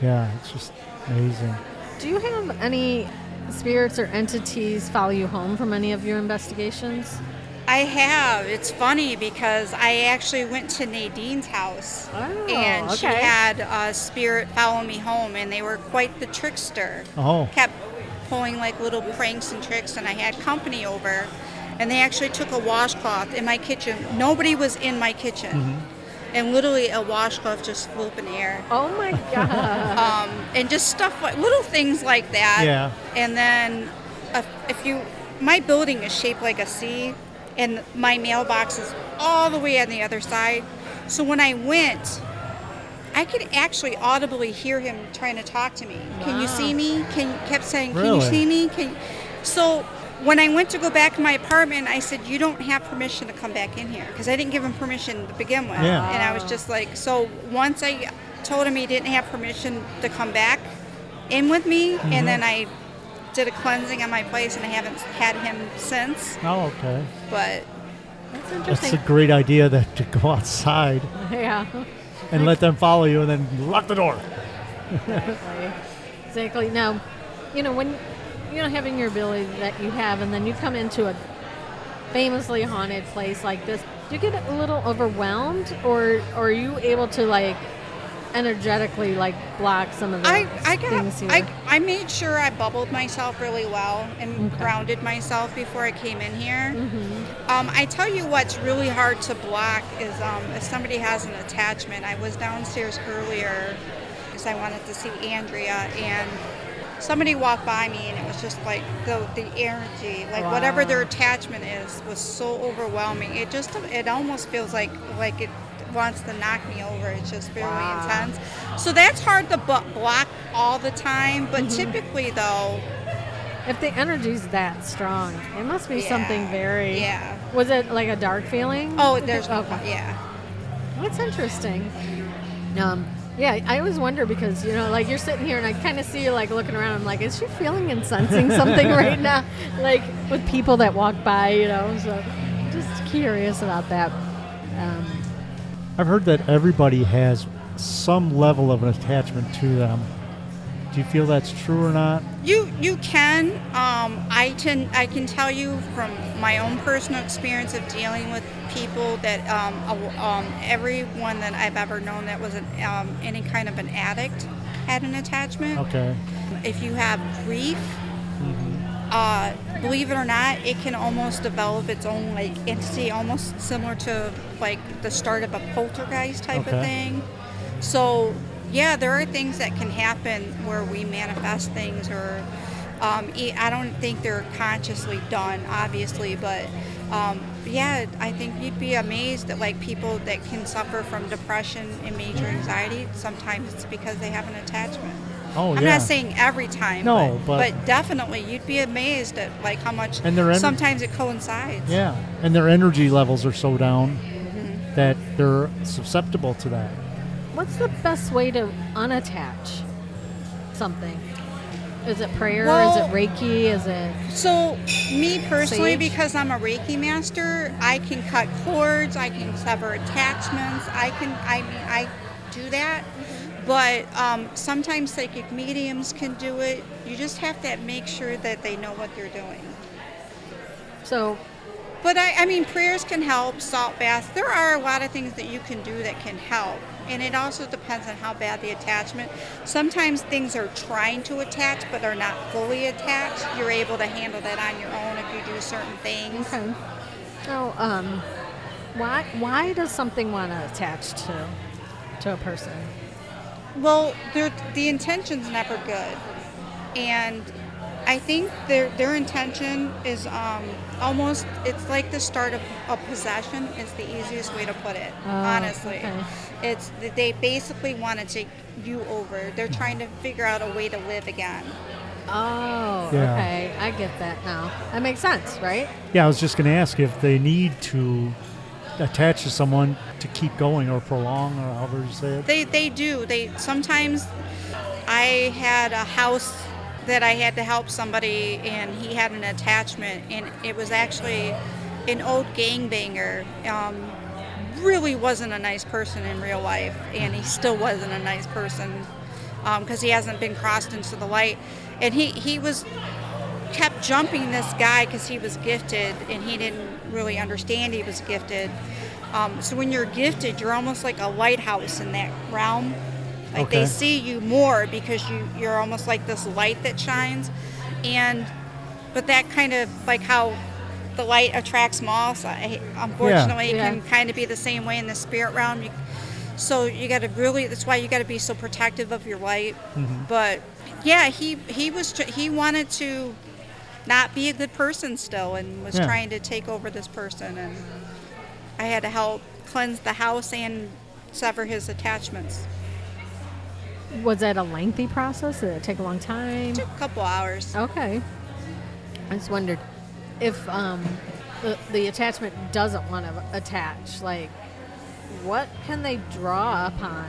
[SPEAKER 1] Yeah, it's just amazing.
[SPEAKER 2] Do you have any spirits or entities follow you home from any of your investigations?
[SPEAKER 6] I have. It's funny because I actually went to Nadine's house.
[SPEAKER 2] Oh,
[SPEAKER 6] and she
[SPEAKER 2] okay.
[SPEAKER 6] had a spirit follow me home, and they were quite the trickster.
[SPEAKER 1] Oh,
[SPEAKER 6] Kept pulling like little pranks and tricks, and I had company over, and they actually took a washcloth in my kitchen. Nobody was in my kitchen,
[SPEAKER 2] Mm-hmm.
[SPEAKER 6] and literally a washcloth just flew up in the air
[SPEAKER 2] Oh my God.
[SPEAKER 6] um, and just stuff like little things like that.
[SPEAKER 1] Yeah.
[SPEAKER 6] And then if, if you, my building is shaped like a C, and my mailbox is all the way on the other side. So when I went, I could actually audibly hear him trying to talk to me. Can you see me? Can kept saying, "Can you
[SPEAKER 1] Really?
[SPEAKER 6] see me?" Can so. When I went to go back in my apartment, I said, "You don't have permission to come back in here," because I didn't give him permission to begin with.
[SPEAKER 1] Yeah.
[SPEAKER 6] And I was just like, so once I told him he didn't have permission to come back in with me, and then I did a cleansing on my place, and I haven't had him since.
[SPEAKER 1] oh, okay.
[SPEAKER 6] But
[SPEAKER 2] That's
[SPEAKER 1] That's
[SPEAKER 2] interesting.
[SPEAKER 1] a great idea that to go outside
[SPEAKER 2] yeah.
[SPEAKER 1] and let them follow you and then lock the door.
[SPEAKER 2] Exactly. Exactly. Now, you know, when you know having your ability that you have, and then you come into a famously haunted place like this, do you get a little overwhelmed, or, or are you able to like energetically like block some of the
[SPEAKER 6] I, I got,
[SPEAKER 2] things here?
[SPEAKER 6] I, I made sure I bubbled myself really well and grounded myself before I came in here.
[SPEAKER 2] Mm-hmm.
[SPEAKER 6] Um, I tell you what's really hard to block is um, if somebody has an attachment. I was downstairs earlier because I wanted to see Andrea and. Somebody walked by me and it was just like the, the energy, like whatever their attachment is, was so overwhelming. It just it almost feels like like it wants to knock me over. It's just really intense. So that's hard to bu- block all the time, but typically though,
[SPEAKER 2] if the energy's that strong, it must be
[SPEAKER 6] Yeah.
[SPEAKER 2] something very.
[SPEAKER 6] Yeah.
[SPEAKER 2] Was it like a dark feeling?
[SPEAKER 6] oh, there's no
[SPEAKER 2] okay.
[SPEAKER 6] yeah.
[SPEAKER 2] That's interesting. Um, yeah, I always wonder because you know, like you're sitting here and I kind of see you like looking around. I'm like, is she feeling and sensing something right now? Like with people that walk by, you know. So just curious about that. Um,
[SPEAKER 1] I've heard that everybody has some level of an attachment to them. Do you feel that's true or not?
[SPEAKER 6] You you can um, I can I can tell you from my own personal experience of dealing with people that um, a- um, everyone that I've ever known that was an, um, any kind of an addict had an attachment.
[SPEAKER 1] Okay.
[SPEAKER 6] If you have grief, uh, believe it or not, it can almost develop its own like entity, almost similar to like the start of a poltergeist type of
[SPEAKER 1] Okay.
[SPEAKER 6] thing. So yeah, there are things that can happen where we manifest things, or um, e- I don't think they're consciously done, obviously, but. Um, yeah, I think you'd be amazed at like people that can suffer from depression and major anxiety. Sometimes it's because they have an attachment.
[SPEAKER 1] Oh
[SPEAKER 6] I'm
[SPEAKER 1] yeah.
[SPEAKER 6] not saying every time.
[SPEAKER 1] No,
[SPEAKER 6] but,
[SPEAKER 1] but-
[SPEAKER 6] definitely you'd be amazed at like how much.
[SPEAKER 1] And their ener-
[SPEAKER 6] sometimes it coincides.
[SPEAKER 1] Yeah, and their energy levels are so down that they're susceptible to that.
[SPEAKER 2] what's the best way to unattach something? Is it prayer? is
[SPEAKER 6] Well-
[SPEAKER 2] it Reiki? Is it
[SPEAKER 6] So me personally,
[SPEAKER 2] Sage?
[SPEAKER 6] because I'm a Reiki master, I can cut cords, I can sever attachments, I can. I mean, I do that. But um, sometimes psychic mediums can do it. You just have to make sure that they know what they're doing.
[SPEAKER 2] so?
[SPEAKER 6] But I, I mean, prayers can help, salt baths. There are a lot of things that you can do that can help. And it also depends on how bad the attachment. Sometimes things are trying to attach but are not fully attached. You're able to handle that on your own if you do certain things.
[SPEAKER 2] Okay. So, um, why why does something want to attach to to a person?
[SPEAKER 6] Well, they're, the intention's never good, and I think their their intention is um, almost it's like the start of a possession is the easiest way to put it. honestly,
[SPEAKER 2] okay.
[SPEAKER 6] it's that they basically want to take you over. They're trying to figure out a way to live again.
[SPEAKER 2] Oh,
[SPEAKER 1] Yeah.
[SPEAKER 2] okay. I get that now. That makes sense, right?
[SPEAKER 1] Yeah, I was just going to ask if they need to attach to someone to keep going or prolong or however you say it.
[SPEAKER 6] They they do. They sometimes I had a house that I had to help somebody and he had an attachment and it was actually an old gangbanger. Um really wasn't a nice person in real life and he still wasn't a nice person because um, he hasn't been crossed into the light and he, he was kept jumping this guy because he was gifted and he didn't really understand he was gifted. Um, so when you're gifted, you're almost like a lighthouse in that realm. Like they
[SPEAKER 1] Okay.
[SPEAKER 6] see you more because you you're almost like this light that shines, and but that kind of like how the light attracts moths. I, unfortunately,
[SPEAKER 2] Yeah.
[SPEAKER 6] it can kind of be the same way in the spirit realm. You, so you got to really. That's why you got to be so protective of your light. But yeah, he he was tr- he wanted to not be a good person still and was
[SPEAKER 1] Yeah.
[SPEAKER 6] trying to take over this person and I had to help cleanse the house and sever his attachments.
[SPEAKER 2] Was that a lengthy process? Did it take a long time?
[SPEAKER 6] Took a couple hours.
[SPEAKER 2] Okay. I just wondered if um, the, the attachment doesn't want to attach, like, what can they draw upon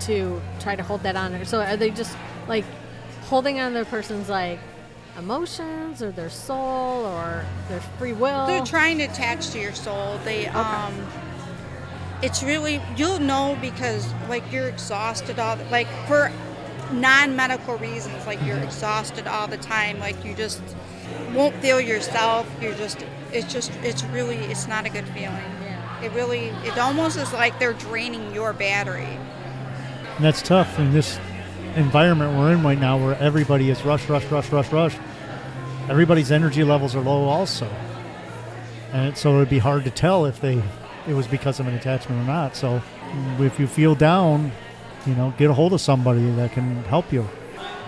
[SPEAKER 2] to try to hold that on? So are they just like holding on to their person's like emotions or their soul or their free will?
[SPEAKER 6] They're trying to attach to your soul. They um it's really you'll know because like you're exhausted all the, like for non-medical reasons like
[SPEAKER 2] Mm-hmm.
[SPEAKER 6] you're exhausted all the time like you just won't feel yourself you're just it's just it's really it's not a good feeling
[SPEAKER 2] Yeah.
[SPEAKER 6] it really it almost is like they're draining your battery
[SPEAKER 1] And that's tough in this environment we're in right now where everybody is rush, rush, rush, rush, rush. Everybody's energy levels are low also. And so it would be hard to tell if they it was because of an attachment or not. So if you feel down, you know, get a hold of somebody that can help you.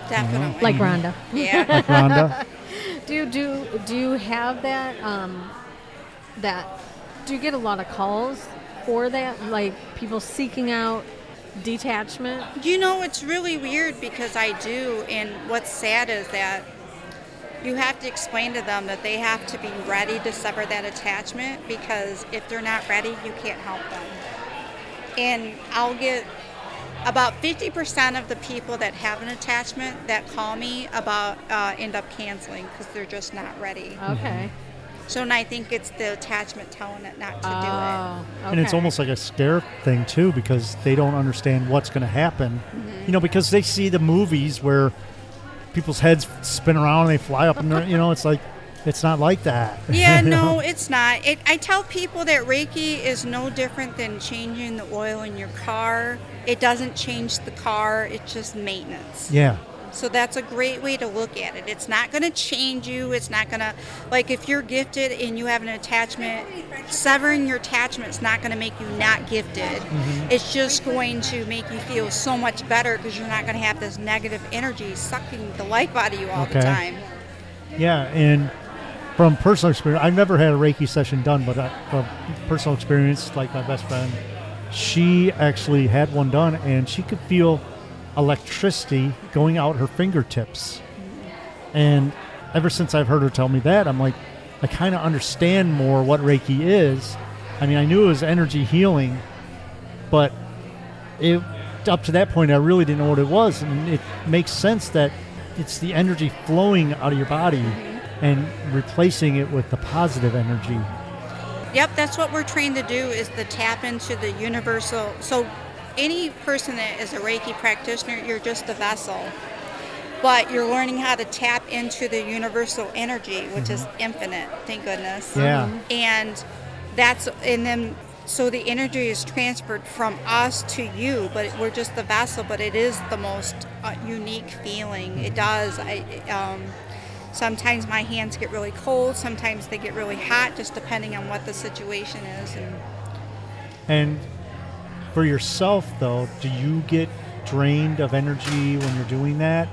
[SPEAKER 6] definitely
[SPEAKER 2] Mm-hmm. like Rhonda.
[SPEAKER 6] yeah
[SPEAKER 1] Like Rhonda.
[SPEAKER 2] Do you do do you have that um, that do you get a lot of calls for that like people seeking out detachment?
[SPEAKER 6] You know, it's really weird because I do, and what's sad is that you have to explain to them that they have to be ready to sever that attachment because if they're not ready, you can't help them. And I'll get about 50% of the people that have an attachment that call me about uh, end up canceling because they're just not ready.
[SPEAKER 2] Okay.
[SPEAKER 6] So, and I think it's the attachment telling it not to do
[SPEAKER 2] Oh,
[SPEAKER 1] And it's
[SPEAKER 2] okay.
[SPEAKER 1] almost like a scare thing too because they don't understand what's going to happen.
[SPEAKER 6] Mm-hmm.
[SPEAKER 1] You know, because they see the movies where people's heads spin around and they fly up, and they're, you know, it's like it's not like that.
[SPEAKER 6] it. Yeah,
[SPEAKER 1] You know?
[SPEAKER 6] no, it's not. It, I tell people that Reiki is no different than changing the oil in your car. It doesn't change the car, it's just maintenance.
[SPEAKER 1] Yeah,
[SPEAKER 6] So that's a great way to look at it. It's not going to change you. It's not going to, like, if you're gifted and you have an attachment, severing your attachment is not going to make you not gifted.
[SPEAKER 1] Mm-hmm.
[SPEAKER 6] It's just going to make you feel so much better because you're not going to have this negative energy sucking the life out of you all the
[SPEAKER 1] Okay.
[SPEAKER 6] time.
[SPEAKER 1] yeah. And from personal experience, I've never had a Reiki session done, but I, from personal experience, like my best friend, she actually had one done, and she could feel electricity going out her fingertips. And ever since I've heard her tell me that, I'm like, I kind of understand more what Reiki is. I mean, I knew it was energy healing, but it up to that point, I really didn't know what it was. And it makes sense that it's the energy flowing out of your body
[SPEAKER 2] Mm-hmm.
[SPEAKER 1] and replacing it with the positive energy.
[SPEAKER 6] Yep, that's what we're trained to do is to tap into the universal. So, any person that is a Reiki practitioner, you're just a vessel. but you're learning how to tap into the universal energy, which is infinite. Thank goodness.
[SPEAKER 1] Yeah.
[SPEAKER 6] And that's and then so the energy is transferred from us to you, but we're just the vessel. But it is the most uh, unique feeling. It does. I um, sometimes my hands get really cold. Sometimes they get really hot, just depending on what the situation is. And
[SPEAKER 1] And for yourself, though, do you get drained of energy when you're doing that?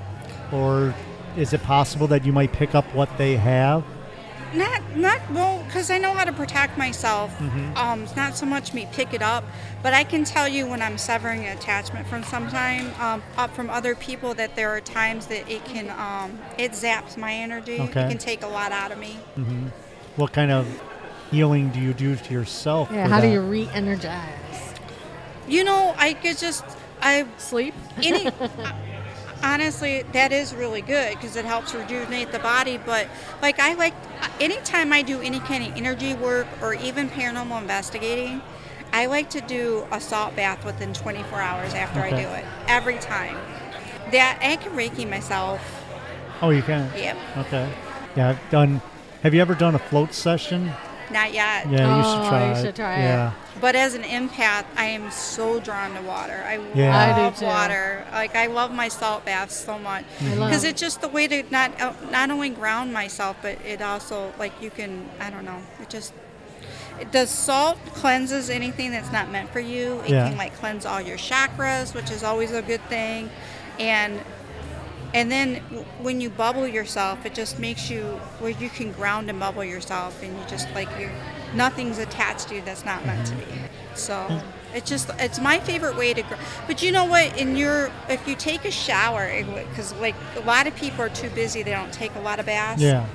[SPEAKER 1] Or is it possible that you might pick up what they have?
[SPEAKER 6] Not, not well, because I know how to protect myself. Um, it's not so much me pick it up, but I can tell you when I'm severing an attachment from sometime um, up from other people that there are times that it can, um, it zaps my energy.
[SPEAKER 1] Okay.
[SPEAKER 6] It can take a lot out of me.
[SPEAKER 1] What kind of healing do you do to yourself?
[SPEAKER 2] Yeah,
[SPEAKER 1] for
[SPEAKER 2] how do
[SPEAKER 1] that?
[SPEAKER 2] you re energize?
[SPEAKER 6] You know, I could just, I
[SPEAKER 2] Sleep?
[SPEAKER 6] any honestly that is really good because it helps rejuvenate the body but like i like anytime i do any kind of energy work or even paranormal investigating i like to do a salt bath within 24 hours after i
[SPEAKER 1] Okay.
[SPEAKER 6] do it every time that i can reiki myself
[SPEAKER 1] Oh, you can?
[SPEAKER 6] yep
[SPEAKER 1] Okay. Yeah, I've done. Have you ever done a float session?
[SPEAKER 6] not yet
[SPEAKER 1] Yeah, you
[SPEAKER 2] Oh,
[SPEAKER 1] should try
[SPEAKER 2] you
[SPEAKER 1] it.
[SPEAKER 2] should try it.
[SPEAKER 1] yeah.
[SPEAKER 6] But as an empath, I am so drawn to water. I
[SPEAKER 1] Yeah. I
[SPEAKER 2] do
[SPEAKER 6] love
[SPEAKER 2] too.
[SPEAKER 6] water. Like I love my salt baths so much
[SPEAKER 2] love-
[SPEAKER 6] because it's just the way to not uh, not only ground myself, but it also like you can I don't know. It just it does salt cleanses anything that's not meant for you. It
[SPEAKER 1] Yeah.
[SPEAKER 6] can like cleanse all your chakras, which is always a good thing, and and then w- when you bubble yourself, it just makes you where you can ground and bubble yourself, and you just like you, nothing's attached to you that's not meant to be. So it's just it's my favorite way to grow. But you know what? In your if you take a shower, because like a lot of people are too busy, they don't take a lot of baths.
[SPEAKER 1] Yeah.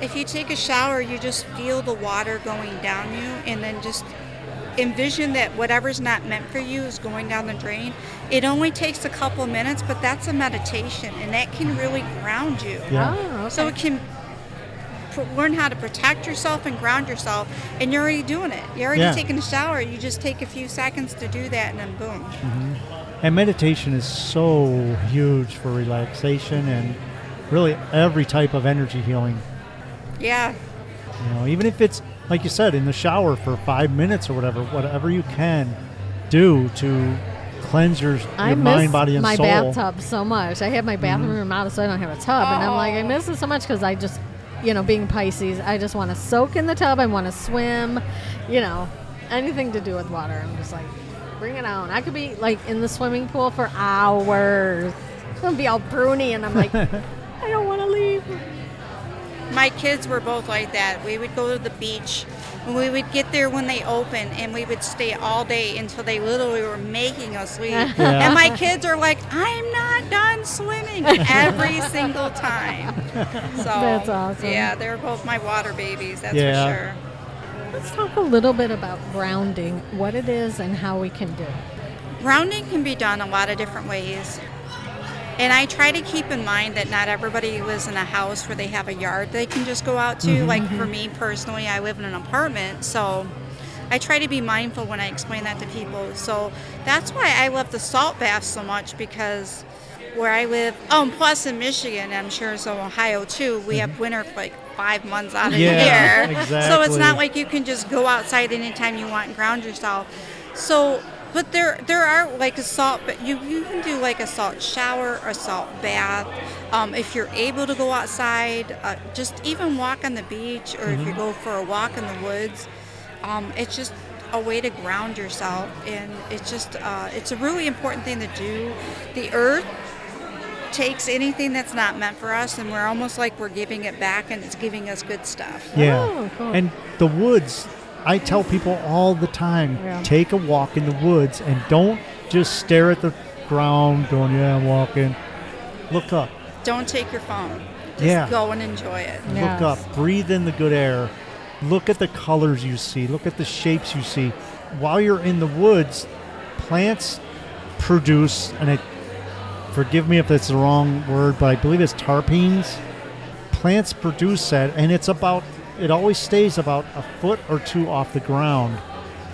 [SPEAKER 6] If you take a shower, you just feel the water going down you, and then just envision that whatever's not meant for you is going down the drain. It only takes a couple minutes, but that's a meditation, and that can really ground you.
[SPEAKER 1] Yeah.
[SPEAKER 2] Oh, okay.
[SPEAKER 6] So it can pr- learn how to protect yourself and ground yourself, and you're already doing it. You're already
[SPEAKER 1] Yeah.
[SPEAKER 6] taking a shower. You just take a few seconds to do that, and then boom.
[SPEAKER 1] And meditation is so huge for relaxation and really every type of energy healing.
[SPEAKER 6] Yeah,
[SPEAKER 1] You know, even if it's like you said in the shower for five minutes or whatever, whatever you can do to cleanse your, your
[SPEAKER 2] I miss
[SPEAKER 1] mind, body, and
[SPEAKER 2] my
[SPEAKER 1] soul. Mm-hmm.
[SPEAKER 2] bathtub so much. I had my bathroom remodeled, so I don't have a tub, and I'm like, I miss it so much because I just, you know, being Pisces, I just want to soak in the tub. I want to swim, you know, anything to do with water. I'm just like, bring it on. I could be like in the swimming pool for hours. I'll be all pruny, and I'm like, I don't want to leave.
[SPEAKER 6] my kids were both like that. We would go to the beach, and we would get there when they opened, and we would stay all day until they literally were making us leave.
[SPEAKER 1] Yeah.
[SPEAKER 6] And my kids are like, "I'm not done swimming every single time." So
[SPEAKER 2] That's awesome.
[SPEAKER 6] Yeah, they're both my water babies. That's
[SPEAKER 1] Yeah.
[SPEAKER 6] for sure.
[SPEAKER 2] Let's talk a little bit about grounding, what it is, and how we can do it.
[SPEAKER 6] Grounding can be done a lot of different ways. And I try to keep in mind that not everybody lives in a house where they have a yard they can just go out to.
[SPEAKER 1] Mm-hmm,
[SPEAKER 6] Like for me personally, I live in an apartment, so I try to be mindful when I explain that to people. So that's why I love the salt bath so much because where I live, oh, and plus in Michigan, I'm sure so Ohio too, we have winter for like five months out of the
[SPEAKER 1] Mm-hmm. Yeah,
[SPEAKER 6] year. So it's not
[SPEAKER 1] exactly.
[SPEAKER 6] like like you can just go outside anytime you want and ground yourself. So, but there there are like a salt, but you you can do like a salt shower, a salt bath. Um, if you're able to go outside, uh, just even walk on the beach, or if you go for a walk in the woods, um, it's just a way to ground yourself, and it's just uh, it's a really important thing to do. The earth takes anything that's not meant for us, and we're almost like we're giving it back, and it's giving us good stuff.
[SPEAKER 1] Yeah.
[SPEAKER 2] Oh, cool.
[SPEAKER 1] And the woods, I tell people all the time
[SPEAKER 2] Yeah.
[SPEAKER 1] take a walk in the woods and don't just stare at the ground going, yeah, I'm walking. Look up.
[SPEAKER 6] Don't take your phone. Just
[SPEAKER 1] Yeah.
[SPEAKER 6] go and enjoy it.
[SPEAKER 2] Yes.
[SPEAKER 1] Look up, breathe in the good air, look at the colors you see, look at the shapes you see. While you're in the woods, plants produce, and I forgive me if that's the wrong word, but I believe it's tarpenes. Plants produce that, and it's about, it always stays about a foot or two off the ground.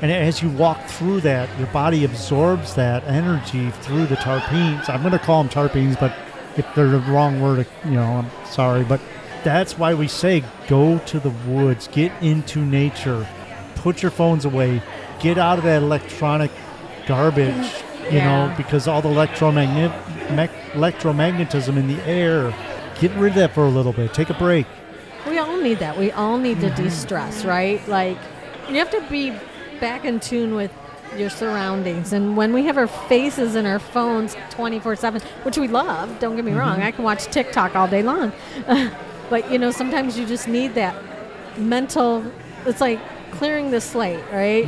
[SPEAKER 1] And as you walk through that, your body absorbs that energy through the tarpenes. I'm going to call them tarpenes, but if they're the wrong word, you know, I'm sorry, but that's why we say go to the woods, get into nature, put your phones away, get out of that electronic garbage, you
[SPEAKER 2] Yeah.
[SPEAKER 1] know, because all the electromagnet mag- electromagnetism in the air. Get rid of that for a little bit. Take a break.
[SPEAKER 2] We all need that. We all need to de-stress, right? Like you have to be back in tune with your surroundings. And when we have our faces in our phones 24/7, which we love, don't get me wrong, I can watch TikTok all day long. but you know, sometimes you just need that mental it's like clearing the slate, right?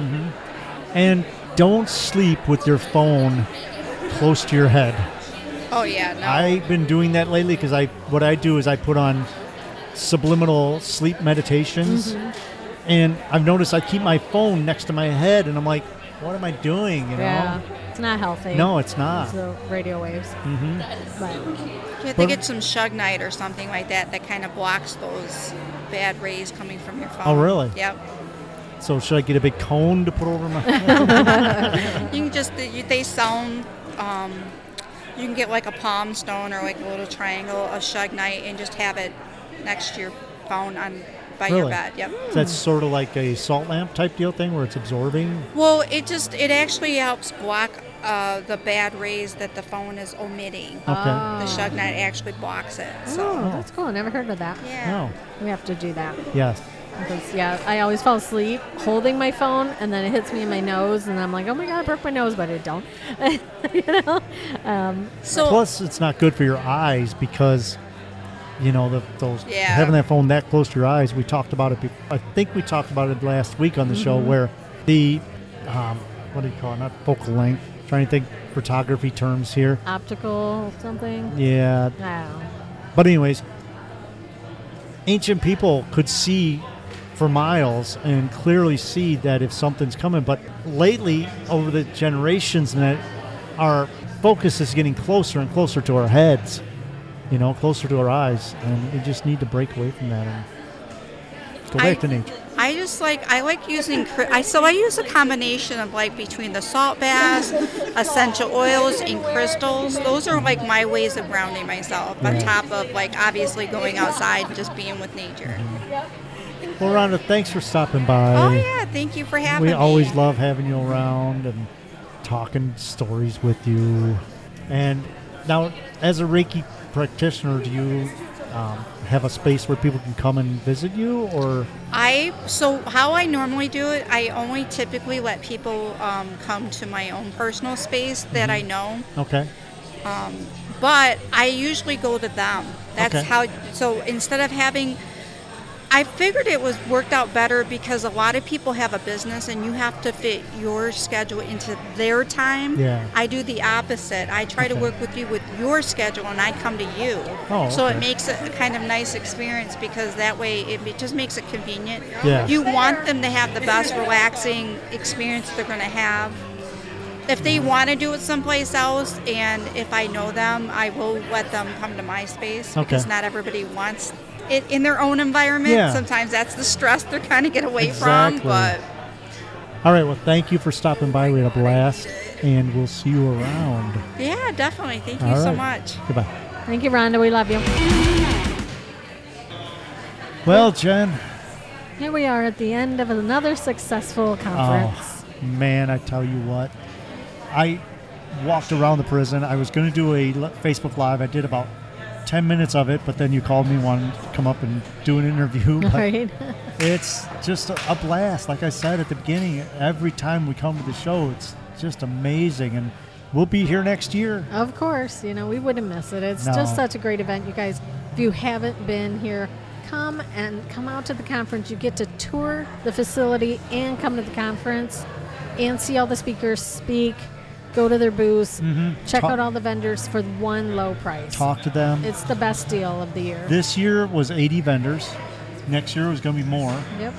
[SPEAKER 1] And don't sleep with your phone close to your head.
[SPEAKER 6] Oh yeah, no.
[SPEAKER 1] I've been doing that lately because I what I do is I put on subliminal sleep meditations, and I've noticed I keep my phone next to my head, and I'm like, what am I doing? You know?
[SPEAKER 2] Yeah. It's not healthy.
[SPEAKER 1] No, it's not.
[SPEAKER 2] It's the radio waves. But oh,
[SPEAKER 6] you have
[SPEAKER 1] but-
[SPEAKER 6] to get some Shugnite or something like that that kind of blocks those bad rays coming from your phone.
[SPEAKER 1] Oh, really?
[SPEAKER 6] Yep.
[SPEAKER 1] So should I get a big cone to put over my? head?
[SPEAKER 6] You can just they- you- they sound. Um, you can get like a palm stone or like a little triangle of Shugnite and just have it next to your phone on by your
[SPEAKER 1] Really?
[SPEAKER 6] bed. Yep.
[SPEAKER 1] That's sort of like a salt lamp type deal thing where it's absorbing.
[SPEAKER 6] Well, it just it actually helps block uh, the bad rays that the phone is omitting.
[SPEAKER 1] Okay.
[SPEAKER 6] The Shugnite actually blocks it. So
[SPEAKER 2] oh, that's cool. I never heard of that.
[SPEAKER 6] yeah.
[SPEAKER 1] No.
[SPEAKER 2] We have to do that.
[SPEAKER 1] Yes.
[SPEAKER 2] Because yeah, I always fall asleep holding my phone, and then it hits me in my nose, and I'm like, oh my god, I broke my nose, but it don't. you know?
[SPEAKER 6] So
[SPEAKER 1] Plus, it's not good for your eyes because, you know, the, those
[SPEAKER 6] Yeah.
[SPEAKER 1] having that phone that close to your eyes. We talked about it. Be- I think we talked about it last week on the show
[SPEAKER 6] Mm-hmm.
[SPEAKER 1] where the, um, what do you call it? Not focal length. Trying to think photography terms here.
[SPEAKER 2] Optical something.
[SPEAKER 1] Yeah,
[SPEAKER 2] Wow.
[SPEAKER 1] but anyways, ancient people could see for miles and clearly see that if something's coming. But lately, over the generations, and that our focus is getting closer and closer to our heads, you know, closer to our eyes, and we just need to break away from that and go back
[SPEAKER 6] I-
[SPEAKER 1] to nature.
[SPEAKER 6] I just like I like using cri- I so I use a combination of like between the salt baths, essential oils, and crystals. Those are like my ways of grounding myself. On
[SPEAKER 1] Yeah.
[SPEAKER 6] top of like obviously going outside, and just being with nature.
[SPEAKER 1] Mm-hmm. Well, Rhonda, thanks for stopping by.
[SPEAKER 6] Oh yeah, thank you for having
[SPEAKER 1] We
[SPEAKER 6] me.
[SPEAKER 1] always love having you around and talking stories with you. And now, as a Reiki practitioner, do you um, have a space where people can come and visit you, or
[SPEAKER 6] I so how I normally do it. I only typically let people um, come to my own personal space that
[SPEAKER 1] Mm-hmm.
[SPEAKER 6] I know.
[SPEAKER 1] okay,
[SPEAKER 6] but I usually go to them. That's
[SPEAKER 1] Okay.
[SPEAKER 6] how. So instead of having, I figured it was worked out better because a lot of people have a business and you have to fit your schedule into their time.
[SPEAKER 1] Yeah.
[SPEAKER 6] I do the opposite. I try to
[SPEAKER 1] Okay.
[SPEAKER 6] work with you with your schedule and I come to you.
[SPEAKER 1] Oh,
[SPEAKER 6] so
[SPEAKER 1] okay.
[SPEAKER 6] it makes it a kind of nice experience because that way it, it just makes it convenient.
[SPEAKER 1] Yeah.
[SPEAKER 6] You want them to have the best relaxing experience they're going to have if they want to do it someplace else and if i know them i will let them come to my space
[SPEAKER 1] Okay.
[SPEAKER 6] because not everybody wants it in their own environment
[SPEAKER 1] Yeah.
[SPEAKER 6] sometimes that's the stress they're trying to get away
[SPEAKER 1] Exactly.
[SPEAKER 6] from but
[SPEAKER 1] all right. Well, thank you for stopping by. We had a blast, and we'll see you around.
[SPEAKER 6] yeah definitely thank you
[SPEAKER 1] All
[SPEAKER 6] so
[SPEAKER 1] right.
[SPEAKER 6] much
[SPEAKER 1] Goodbye.
[SPEAKER 2] Thank you, Rhonda. We love you.
[SPEAKER 1] Well, Jen,
[SPEAKER 2] Here we are at the end of another successful conference.
[SPEAKER 1] man, I tell you what, I walked around the prison. I was going to do a li- Facebook Live. I did about ten minutes of it, but then you called me, wanted to come up and do an interview. but-
[SPEAKER 2] Right?
[SPEAKER 1] It's just a, a blast. Like I said at the beginning, every time we come to the show, it's just amazing. And we'll be here next year.
[SPEAKER 2] of course. You know, we wouldn't miss it. It's
[SPEAKER 1] No.
[SPEAKER 2] just such a great event, you guys. If you haven't been here, come and come out to the conference. You get to tour the facility and come to the conference and see all the speakers speak, go to their booths, check
[SPEAKER 1] Mm-hmm. Talk-
[SPEAKER 2] out all the vendors for one low price.
[SPEAKER 1] Talk to them.
[SPEAKER 2] It's the best deal of the year.
[SPEAKER 1] This year was 80 vendors. Next year was going to be more.
[SPEAKER 2] yep.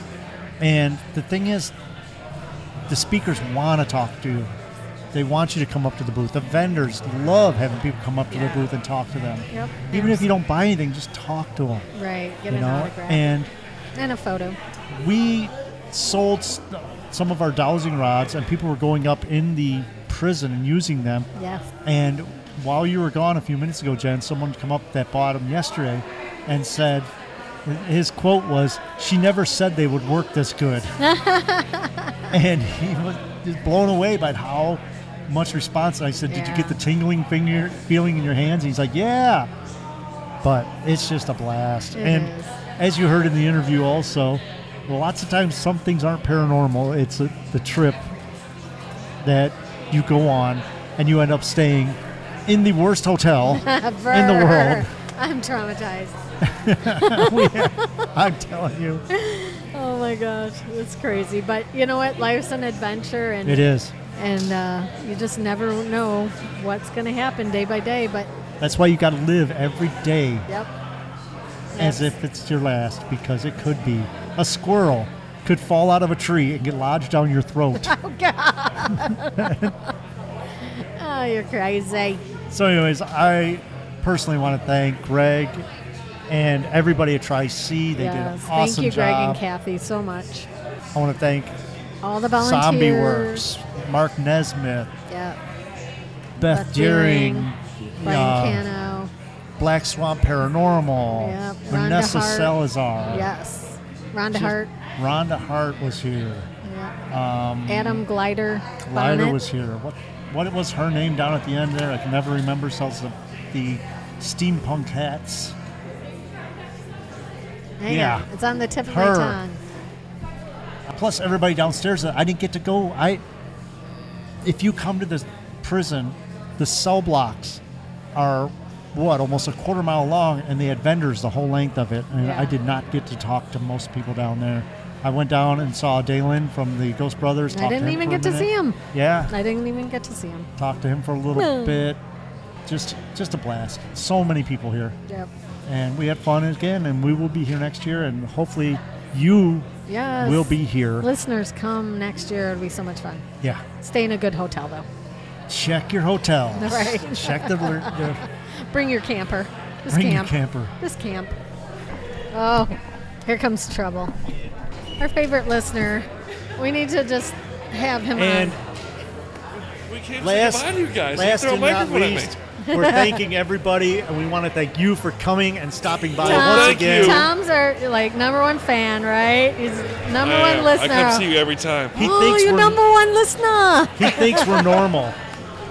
[SPEAKER 1] And the thing is, the speakers want to talk to you. They want you to come up to the booth. The vendors love having people come up to
[SPEAKER 2] Yeah.
[SPEAKER 1] their booth and talk to them.
[SPEAKER 2] Yep.
[SPEAKER 1] Even if you don't buy anything, just talk to them.
[SPEAKER 2] Right. Get
[SPEAKER 1] you
[SPEAKER 2] an
[SPEAKER 1] know,
[SPEAKER 2] autograph
[SPEAKER 1] and
[SPEAKER 2] and a photo.
[SPEAKER 1] we sold s- some of our dowsing rods and people were going up in the prison and using them
[SPEAKER 2] Yes.
[SPEAKER 1] and while you were gone a few minutes ago, Jen, someone come up that bought them yesterday and said, his quote was, "She never said they would work this good," and he was just blown away by how much response. I said, "Did you get
[SPEAKER 2] Yeah.
[SPEAKER 1] the tingling finger feeling in your hands?" he's like, "Yeah," but it's just a blast.
[SPEAKER 2] It
[SPEAKER 1] and
[SPEAKER 2] is.
[SPEAKER 1] as you heard in the interview, also, lots of times some things aren't paranormal. It's a, the trip that you go on and you end up staying in the worst hotel in the world.
[SPEAKER 2] I'm traumatized.
[SPEAKER 1] I'm telling you,
[SPEAKER 2] Oh my gosh, it's crazy. But you know what? Life's an adventure, and
[SPEAKER 1] it is.
[SPEAKER 2] and uh, you just never know what's going to happen day by day. But
[SPEAKER 1] That's why you got to live every day
[SPEAKER 2] yep,
[SPEAKER 1] as if it's your last because it could be. A squirrel could fall out of a tree and get lodged down your throat.
[SPEAKER 2] oh, you're crazy.
[SPEAKER 1] so, anyways, I personally want to thank Greg and everybody at Tri C. They did an
[SPEAKER 2] yes,
[SPEAKER 1] awesome
[SPEAKER 2] thank you, Greg
[SPEAKER 1] job.
[SPEAKER 2] and Kathy, so much.
[SPEAKER 1] I want to thank
[SPEAKER 2] All the volunteers.
[SPEAKER 1] Zombie Works, Mark Nesmith,
[SPEAKER 2] Yep.
[SPEAKER 1] Beth,
[SPEAKER 2] Beth
[SPEAKER 1] Deering,
[SPEAKER 2] Deering, Brian
[SPEAKER 1] uh,
[SPEAKER 2] Cano.
[SPEAKER 1] Black Swamp Paranormal,
[SPEAKER 2] Yep, Rhonda
[SPEAKER 1] Vanessa
[SPEAKER 2] Hart.
[SPEAKER 1] Salazar,
[SPEAKER 2] Yes. Rhonda
[SPEAKER 1] Just-
[SPEAKER 2] Hart.
[SPEAKER 1] Rhonda Hart was here.
[SPEAKER 2] Yep.
[SPEAKER 1] Um,
[SPEAKER 2] Adam Glider.
[SPEAKER 1] Glider
[SPEAKER 2] Bonnet.
[SPEAKER 1] was here. What what was her name down at the end there? I can never remember. Sells the, the steampunk hats.
[SPEAKER 2] Hang
[SPEAKER 1] yeah.
[SPEAKER 2] on, It's on the tip of
[SPEAKER 1] Her.
[SPEAKER 2] my tongue.
[SPEAKER 1] Plus everybody downstairs that I didn't get to go. I if you come to the prison, the cell blocks are what almost a quarter mile long, and they had vendors the whole length of it. And
[SPEAKER 2] Yeah.
[SPEAKER 1] I did not get to talk to most people down there. I went down and saw Dalen from the Ghost Brothers.
[SPEAKER 2] I
[SPEAKER 1] talked to
[SPEAKER 2] didn't
[SPEAKER 1] him
[SPEAKER 2] even
[SPEAKER 1] for a
[SPEAKER 2] get to
[SPEAKER 1] minute.
[SPEAKER 2] see him.
[SPEAKER 1] Yeah,
[SPEAKER 2] I didn't even get to see him.
[SPEAKER 1] talked to him for a little
[SPEAKER 2] No.
[SPEAKER 1] bit. Just just a blast. So many people here.
[SPEAKER 2] Yep.
[SPEAKER 1] and we had fun again and we will be here next year and hopefully you
[SPEAKER 2] Yes.
[SPEAKER 1] will be here
[SPEAKER 2] Listeners, come next year. It'll be so much fun.
[SPEAKER 1] yeah
[SPEAKER 2] Stay in a good hotel, though.
[SPEAKER 1] check your hotel
[SPEAKER 2] Right.
[SPEAKER 1] check the, the
[SPEAKER 2] Bring your camper. Just
[SPEAKER 1] bring your
[SPEAKER 2] camp.
[SPEAKER 1] camper
[SPEAKER 2] Just camp. Oh, here comes trouble. Our favorite listener. We need to just have him
[SPEAKER 1] and
[SPEAKER 2] on.
[SPEAKER 7] We can't
[SPEAKER 5] Last,
[SPEAKER 7] say goodbye to you guys.
[SPEAKER 5] last
[SPEAKER 7] you throw a
[SPEAKER 5] and not
[SPEAKER 7] microphone at me.
[SPEAKER 5] least, we're thanking everybody, and we want to thank you for coming and stopping by
[SPEAKER 2] Tom,
[SPEAKER 5] once
[SPEAKER 7] thank
[SPEAKER 5] again.
[SPEAKER 7] you.
[SPEAKER 2] Tom's our like number one fan, right? He's number
[SPEAKER 7] I
[SPEAKER 2] one
[SPEAKER 7] am.
[SPEAKER 2] listener.
[SPEAKER 7] I come see you every time.
[SPEAKER 5] He
[SPEAKER 2] oh,
[SPEAKER 5] thinks
[SPEAKER 2] you
[SPEAKER 5] we're
[SPEAKER 2] number one listener.
[SPEAKER 5] he thinks we're normal.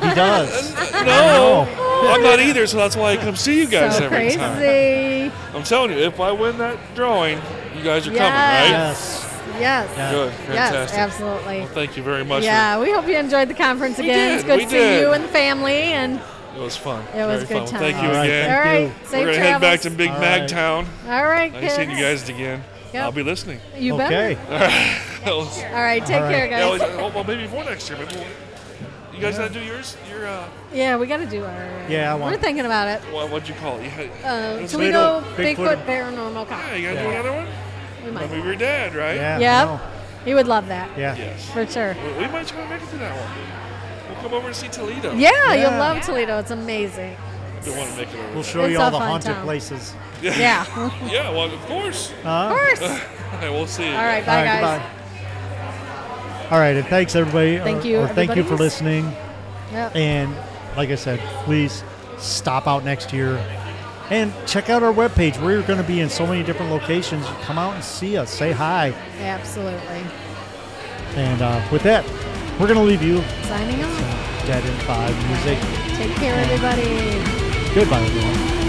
[SPEAKER 5] He does.
[SPEAKER 7] No, I'm not either, so that's why I come see you guys
[SPEAKER 2] so
[SPEAKER 7] every
[SPEAKER 2] crazy.
[SPEAKER 7] time. I'm telling you, if I win that drawing, you guys are
[SPEAKER 2] Yes.
[SPEAKER 5] Yes.
[SPEAKER 2] Yes.
[SPEAKER 5] Yeah.
[SPEAKER 7] coming, right? Good,
[SPEAKER 2] Yes,
[SPEAKER 7] fantastic.
[SPEAKER 2] absolutely.
[SPEAKER 7] Well, thank you very much.
[SPEAKER 2] Yeah, we hope you enjoyed the conference
[SPEAKER 7] We
[SPEAKER 2] again.
[SPEAKER 7] did,
[SPEAKER 2] It's good
[SPEAKER 7] we
[SPEAKER 2] to see
[SPEAKER 7] did.
[SPEAKER 2] you and the family. And
[SPEAKER 7] It was fun.
[SPEAKER 2] It was
[SPEAKER 7] very
[SPEAKER 2] good
[SPEAKER 7] fun. Well, thank
[SPEAKER 2] time.
[SPEAKER 7] you
[SPEAKER 5] All right,
[SPEAKER 7] again.
[SPEAKER 2] all right,
[SPEAKER 5] you.
[SPEAKER 2] safe
[SPEAKER 7] We're
[SPEAKER 2] travels.
[SPEAKER 7] gonna head back to Big
[SPEAKER 1] All
[SPEAKER 7] Mag
[SPEAKER 1] right.
[SPEAKER 7] Town.
[SPEAKER 2] all right,
[SPEAKER 7] Nice seeing you
[SPEAKER 2] kids.
[SPEAKER 7] guys again.
[SPEAKER 2] Yep.
[SPEAKER 7] I'll be listening.
[SPEAKER 2] You better.
[SPEAKER 5] Okay.
[SPEAKER 7] That was-
[SPEAKER 2] All right, take
[SPEAKER 5] right.
[SPEAKER 2] care,
[SPEAKER 7] that
[SPEAKER 2] guys.
[SPEAKER 7] was- oh, well, maybe before next year. Maybe we'll, you guys gotta do yours. Your uh,
[SPEAKER 2] Yeah, we got to do our.
[SPEAKER 5] Yeah, I
[SPEAKER 2] we're
[SPEAKER 5] want-
[SPEAKER 2] thinking about it.
[SPEAKER 7] what, what'd you call it? You had,
[SPEAKER 2] Uh,
[SPEAKER 7] That's
[SPEAKER 2] Toledo
[SPEAKER 5] Bigfoot.
[SPEAKER 2] Bigfoot, Paranormal
[SPEAKER 7] yeah,
[SPEAKER 2] Conference.
[SPEAKER 7] you gotta do another one.
[SPEAKER 2] We might.
[SPEAKER 7] Remember your dad, right?
[SPEAKER 5] Yeah.
[SPEAKER 2] Yeah,
[SPEAKER 5] no,
[SPEAKER 2] he would love that
[SPEAKER 5] Yeah.
[SPEAKER 7] Yes.
[SPEAKER 2] for sure.
[SPEAKER 7] We, we might try to make it to that one. We'll come over and see Toledo.
[SPEAKER 2] Yeah, you'll
[SPEAKER 5] Yeah.
[SPEAKER 2] love Toledo. It's amazing.
[SPEAKER 7] Don't want to make it over.
[SPEAKER 5] We'll
[SPEAKER 7] there.
[SPEAKER 5] show
[SPEAKER 2] It's
[SPEAKER 5] you all
[SPEAKER 2] a
[SPEAKER 5] the
[SPEAKER 2] fun
[SPEAKER 5] haunted
[SPEAKER 2] town.
[SPEAKER 5] places.
[SPEAKER 2] Yeah,
[SPEAKER 7] Yeah, well, of course.
[SPEAKER 2] of course.
[SPEAKER 7] I will see. you
[SPEAKER 2] All right,
[SPEAKER 5] All
[SPEAKER 2] bye
[SPEAKER 5] right.
[SPEAKER 2] guys.
[SPEAKER 5] goodbye. All right, and thanks everybody. Uh,
[SPEAKER 2] Thank
[SPEAKER 5] or-
[SPEAKER 2] you,
[SPEAKER 5] or thank you
[SPEAKER 2] everybody
[SPEAKER 5] for
[SPEAKER 2] who's-
[SPEAKER 5] listening.
[SPEAKER 2] Yep.
[SPEAKER 5] And like I said, please stop out next year and check out our webpage. We're going to be in so many different locations. Come out and see us, say hi.
[SPEAKER 2] Absolutely.
[SPEAKER 5] And uh, with that, we're going to leave you
[SPEAKER 2] Signing off.
[SPEAKER 5] dead in five music.
[SPEAKER 2] Take care, everybody.
[SPEAKER 5] Goodbye, everyone.